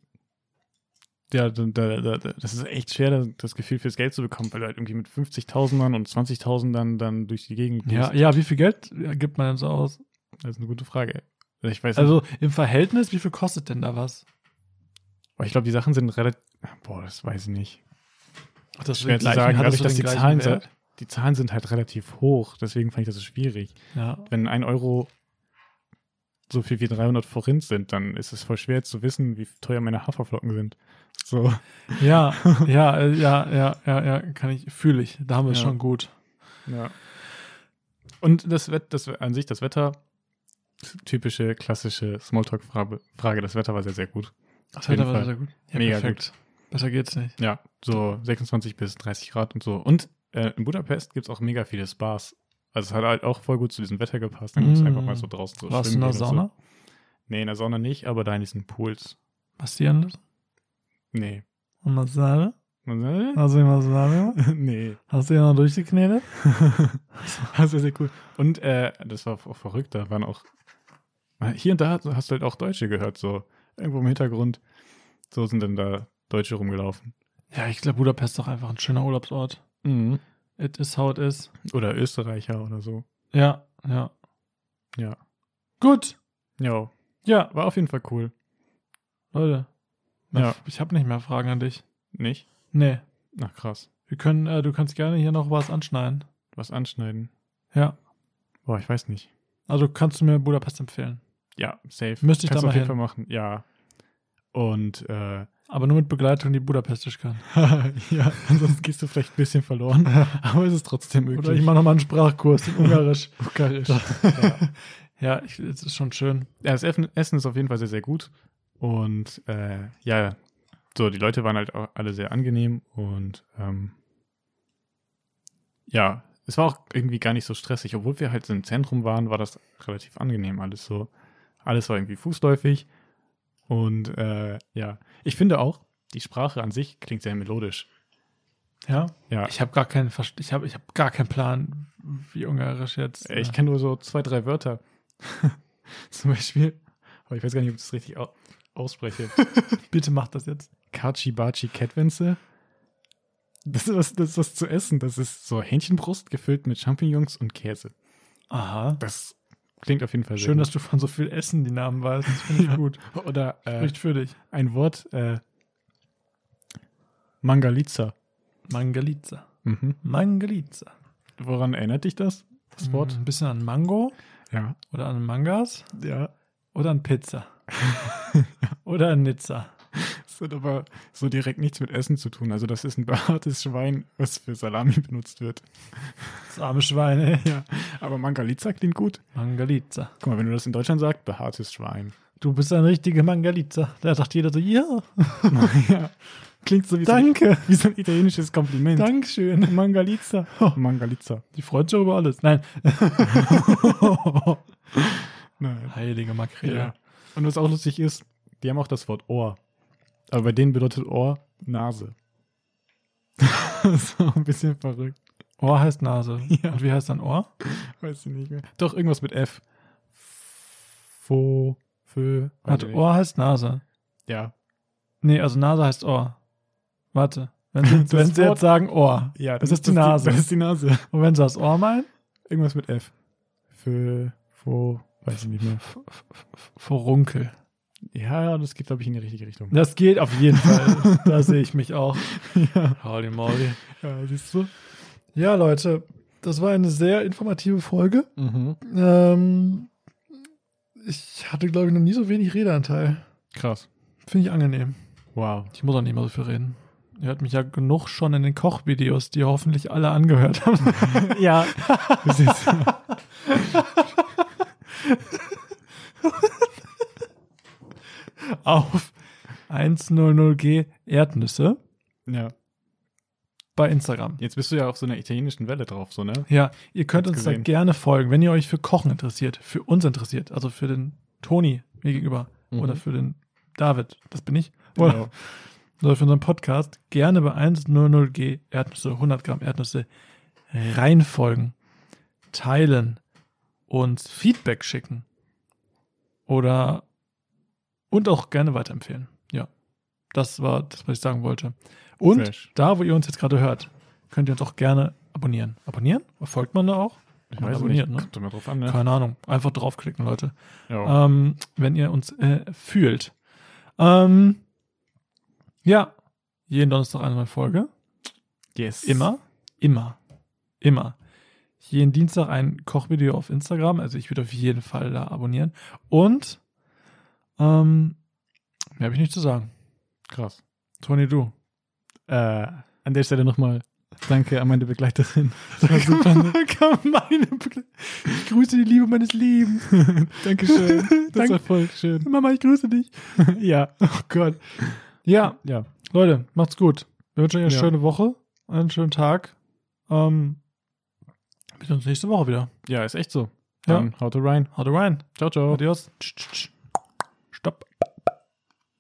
Speaker 2: Ja, da, da, da, da- das ist echt schwer, da- das Gefühl fürs Geld zu bekommen, weil du halt irgendwie mit 50.000ern und 20.000ern dann durch die Gegend
Speaker 1: Ja,
Speaker 2: gehst.
Speaker 1: ja, wie viel Geld äh, gibt man denn so aus?
Speaker 2: Das ist eine gute Frage. ey. Ich weiß
Speaker 1: Also im Verhältnis, wie viel kostet denn da was?
Speaker 2: Aber ich glaube, die Sachen sind relativ. Boah, das weiß ich nicht.
Speaker 1: Ach, das ist
Speaker 2: Schwer
Speaker 1: den
Speaker 2: zu
Speaker 1: gleichen-
Speaker 2: sagen,
Speaker 1: hat das
Speaker 2: dadurch,
Speaker 1: so
Speaker 2: dass
Speaker 1: den
Speaker 2: die
Speaker 1: gleichen
Speaker 2: Zahlen,
Speaker 1: Wert?
Speaker 2: sind- die Zahlen sind halt relativ hoch. Deswegen fand ich das so schwierig.
Speaker 1: Ja.
Speaker 2: Wenn ein Euro so viel wie 300 Forint sind, dann ist es voll schwer zu wissen, wie teuer meine Haferflocken sind. So.
Speaker 1: Ja, ja, äh, ja, ja, ja, ja, kann ich, fühle ich. Da haben wir es
Speaker 2: Ja.
Speaker 1: schon gut.
Speaker 2: Ja. Und das Wetter, das, an sich das Wetter, typische klassische Smalltalk-Frage. Frage, Das Wetter war sehr, sehr gut.
Speaker 1: Das
Speaker 2: jeden
Speaker 1: Wetter war
Speaker 2: Fall.
Speaker 1: sehr gut. Ja,
Speaker 2: Mega
Speaker 1: gut. Besser geht's nicht.
Speaker 2: Ja, so 26 bis 30 Grad und so. Und äh, in Budapest gibt es auch mega viele Spas. Also es hat halt auch voll gut zu diesem Wetter gepasst. Dann mm.
Speaker 1: Mm.
Speaker 2: einfach mal so draußen so
Speaker 1: Warst du in der
Speaker 2: gehen und
Speaker 1: Sauna?
Speaker 2: So. Nee, in der Sauna nicht, aber da in diesen Pools.
Speaker 1: Passieren lassen?
Speaker 2: Nee.
Speaker 1: Und Massage?
Speaker 2: Äh,
Speaker 1: Hast du die Massage gemacht?
Speaker 2: nee.
Speaker 1: Hast du ja noch durchgeknetet?
Speaker 2: Das ist sehr cool. Und äh, das war auch verrückt, da waren auch hier und da hast du halt auch Deutsche gehört, so irgendwo im Hintergrund. So sind dann da Deutsche rumgelaufen.
Speaker 1: Ja, ich glaube, Budapest ist doch einfach ein schöner Urlaubsort. Mhm. It is how it is.
Speaker 2: Oder Österreicher oder so.
Speaker 1: Ja, ja.
Speaker 2: Ja.
Speaker 1: Gut.
Speaker 2: Ja,
Speaker 1: Ja,
Speaker 2: war auf jeden Fall cool.
Speaker 1: Leute.
Speaker 2: Ja.
Speaker 1: Ich habe nicht mehr Fragen an dich.
Speaker 2: Nicht?
Speaker 1: Nee.
Speaker 2: Ach krass.
Speaker 1: Wir können, äh, du kannst gerne hier noch was anschneiden.
Speaker 2: Was anschneiden.
Speaker 1: Ja.
Speaker 2: Boah, ich weiß nicht.
Speaker 1: Also kannst du mir Budapest empfehlen.
Speaker 2: Ja, safe.
Speaker 1: Müsste ich
Speaker 2: Kannst
Speaker 1: da
Speaker 2: du
Speaker 1: mal
Speaker 2: auf
Speaker 1: hin.
Speaker 2: jeden Fall machen. Ja. Und äh,
Speaker 1: Aber nur mit Begleitung, die Budapestisch kann.
Speaker 2: ja, ansonsten gehst du vielleicht ein bisschen verloren, aber es ist trotzdem möglich.
Speaker 1: Oder ich mache nochmal einen Sprachkurs in Ungarisch.
Speaker 2: Ungarisch.
Speaker 1: ja, ich, es ist schon schön.
Speaker 2: Ja, das Effen- Essen ist auf jeden Fall sehr, sehr gut. Und äh, ja, so, die Leute waren halt auch alle sehr angenehm und ähm, ja, es war auch irgendwie gar nicht so stressig. Obwohl wir halt im Zentrum waren, war das relativ angenehm alles so. Alles war irgendwie fußläufig und äh, ja, ich finde auch, die Sprache an sich klingt sehr melodisch.
Speaker 1: Ja.
Speaker 2: Ja,
Speaker 1: Ich habe gar keinen Verst ich habe ich hab gar keinen Plan, wie Ungarisch jetzt.
Speaker 2: Äh,
Speaker 1: äh,
Speaker 2: ich kenne nur so zwei, drei Wörter. Zum Beispiel, aber ich weiß gar nicht, ob ich das richtig au ausspreche.
Speaker 1: Bitte mach das jetzt.
Speaker 2: Kachi Bachi Kettwänze. Das ist, was, das ist was zu essen. Das ist so Hähnchenbrust gefüllt mit Champignons und Käse.
Speaker 1: Aha.
Speaker 2: Das klingt auf jeden Fall sehr
Speaker 1: Schön, dass
Speaker 2: gut.
Speaker 1: du von so viel Essen die Namen weißt. Das finde ich
Speaker 2: Ja.
Speaker 1: gut.
Speaker 2: Oder äh,
Speaker 1: Spricht für dich.
Speaker 2: ein Wort, äh, Mangalitza.
Speaker 1: Mangalitza.
Speaker 2: Mhm.
Speaker 1: Mangalitza.
Speaker 2: Woran erinnert dich das, das Wort?
Speaker 1: Mm, Ein bisschen an Mango
Speaker 2: Ja.
Speaker 1: oder an Mangas
Speaker 2: Ja.
Speaker 1: oder an Pizza. oder an Nizza.
Speaker 2: Das hat aber so direkt nichts mit Essen zu tun. Also das ist ein behaartes Schwein, was für Salami benutzt wird.
Speaker 1: Das arme Schwein, ey.
Speaker 2: Ja. Aber Mangalitza klingt gut.
Speaker 1: Mangalitza.
Speaker 2: Guck mal, wenn du das in Deutschland sagst, behaartes Schwein.
Speaker 1: Du bist ein richtiger Mangalitza. Da dachte jeder so, ja,
Speaker 2: ja. Klingt so wie so-
Speaker 1: danke.
Speaker 2: Wie so ein italienisches Kompliment.
Speaker 1: Dankeschön. Oh.
Speaker 2: Mangalitza. Mangalitza.
Speaker 1: Die freut sich über alles. Nein.
Speaker 2: Nein.
Speaker 1: Heilige Makrele.
Speaker 2: Ja. Und was auch lustig ist, die haben auch das Wort Ohr. Aber bei denen bedeutet Ohr Nase. so ein bisschen verrückt.
Speaker 1: Ohr heißt Nase.
Speaker 2: Ja.
Speaker 1: Und wie heißt dann Ohr?
Speaker 2: Weiß ich nicht mehr. Doch, irgendwas mit F. Fo, Fö.
Speaker 1: Warte,
Speaker 2: weiß ich nicht.
Speaker 1: Ohr heißt Nase.
Speaker 2: Ja.
Speaker 1: Nee, also Nase heißt Ohr. Warte. Wenn sie,
Speaker 2: Das
Speaker 1: wenn sie
Speaker 2: Wort-
Speaker 1: jetzt sagen Ohr.
Speaker 2: ja
Speaker 1: das ist die Nase.
Speaker 2: Das ist die Nase.
Speaker 1: Und wenn sie das Ohr meinen?
Speaker 2: Irgendwas mit F. Fö, Fo, weiß ich nicht mehr.
Speaker 1: F- f- f- Furunkel.
Speaker 2: Ja, das geht, glaube ich, in die richtige Richtung.
Speaker 1: Das geht auf jeden Fall. da sehe ich mich auch.
Speaker 2: Ja,
Speaker 1: Holy moly.
Speaker 2: ja siehst du?
Speaker 1: Ja, Leute, das war eine sehr informative Folge.
Speaker 2: Mhm.
Speaker 1: Ähm, ich hatte, glaube ich, noch nie so wenig Redeanteil.
Speaker 2: Krass.
Speaker 1: Finde ich angenehm.
Speaker 2: Wow.
Speaker 1: Ich muss auch nicht mehr so viel reden. Ihr hört mich ja genug schon in den Kochvideos, die ihr hoffentlich alle angehört habt.
Speaker 2: Ja. Das ist,
Speaker 1: auf 100G Erdnüsse
Speaker 2: ja.
Speaker 1: bei Instagram.
Speaker 2: Jetzt bist du ja auf so einer italienischen Welle drauf, so, ne?
Speaker 1: Ja, ihr könnt
Speaker 2: Hab's
Speaker 1: uns da
Speaker 2: gesehen.
Speaker 1: gerne folgen, wenn ihr euch für Kochen interessiert, für uns interessiert, also für den Toni mir gegenüber
Speaker 2: Mhm.
Speaker 1: oder für den David, das bin ich, oder,
Speaker 2: Genau.
Speaker 1: oder für unseren Podcast, gerne bei 100G Erdnüsse, 100 Gramm Erdnüsse reinfolgen, teilen, uns Feedback schicken oder und auch gerne weiterempfehlen. Ja, das war das, was ich sagen wollte. Und
Speaker 2: Fresh.
Speaker 1: da, wo ihr uns jetzt gerade hört, könnt ihr uns auch gerne abonnieren. Abonnieren? Folgt man da auch?
Speaker 2: Ich
Speaker 1: Man
Speaker 2: weiß es
Speaker 1: abonniert,
Speaker 2: nicht.
Speaker 1: ne?
Speaker 2: Kommt immer drauf an, ne?
Speaker 1: Keine Ahnung. Einfach draufklicken, Leute.
Speaker 2: Ja.
Speaker 1: Ähm, wenn ihr uns äh, fühlt. Ähm, ja, jeden Donnerstag eine neue Folge.
Speaker 2: Yes.
Speaker 1: Immer, immer, immer. Jeden Dienstag ein Kochvideo auf Instagram. Also ich würde auf jeden Fall da abonnieren. Und ähm, mehr habe ich nicht zu sagen.
Speaker 2: Krass.
Speaker 1: Toni, du.
Speaker 2: Äh, an der Stelle nochmal danke an meine Begleiterin. Das war super. ne? nett.
Speaker 1: Meine Begle- ich grüße die Liebe meines Lieben.
Speaker 2: Dankeschön.
Speaker 1: Danke.
Speaker 2: Das war voll schön.
Speaker 1: Mama, ich grüße dich.
Speaker 2: ja. Oh Gott.
Speaker 1: Ja,
Speaker 2: Ja.
Speaker 1: Leute, macht's gut. Wir wünschen euch eine
Speaker 2: Ja.
Speaker 1: schöne Woche, einen schönen Tag. Ähm, wir sehen uns nächste Woche wieder.
Speaker 2: Ja, ist echt so.
Speaker 1: Ja.
Speaker 2: Dann haut rein.
Speaker 1: Haut rein.
Speaker 2: Ciao, ciao.
Speaker 1: Adios. Tsch, tsch, tsch.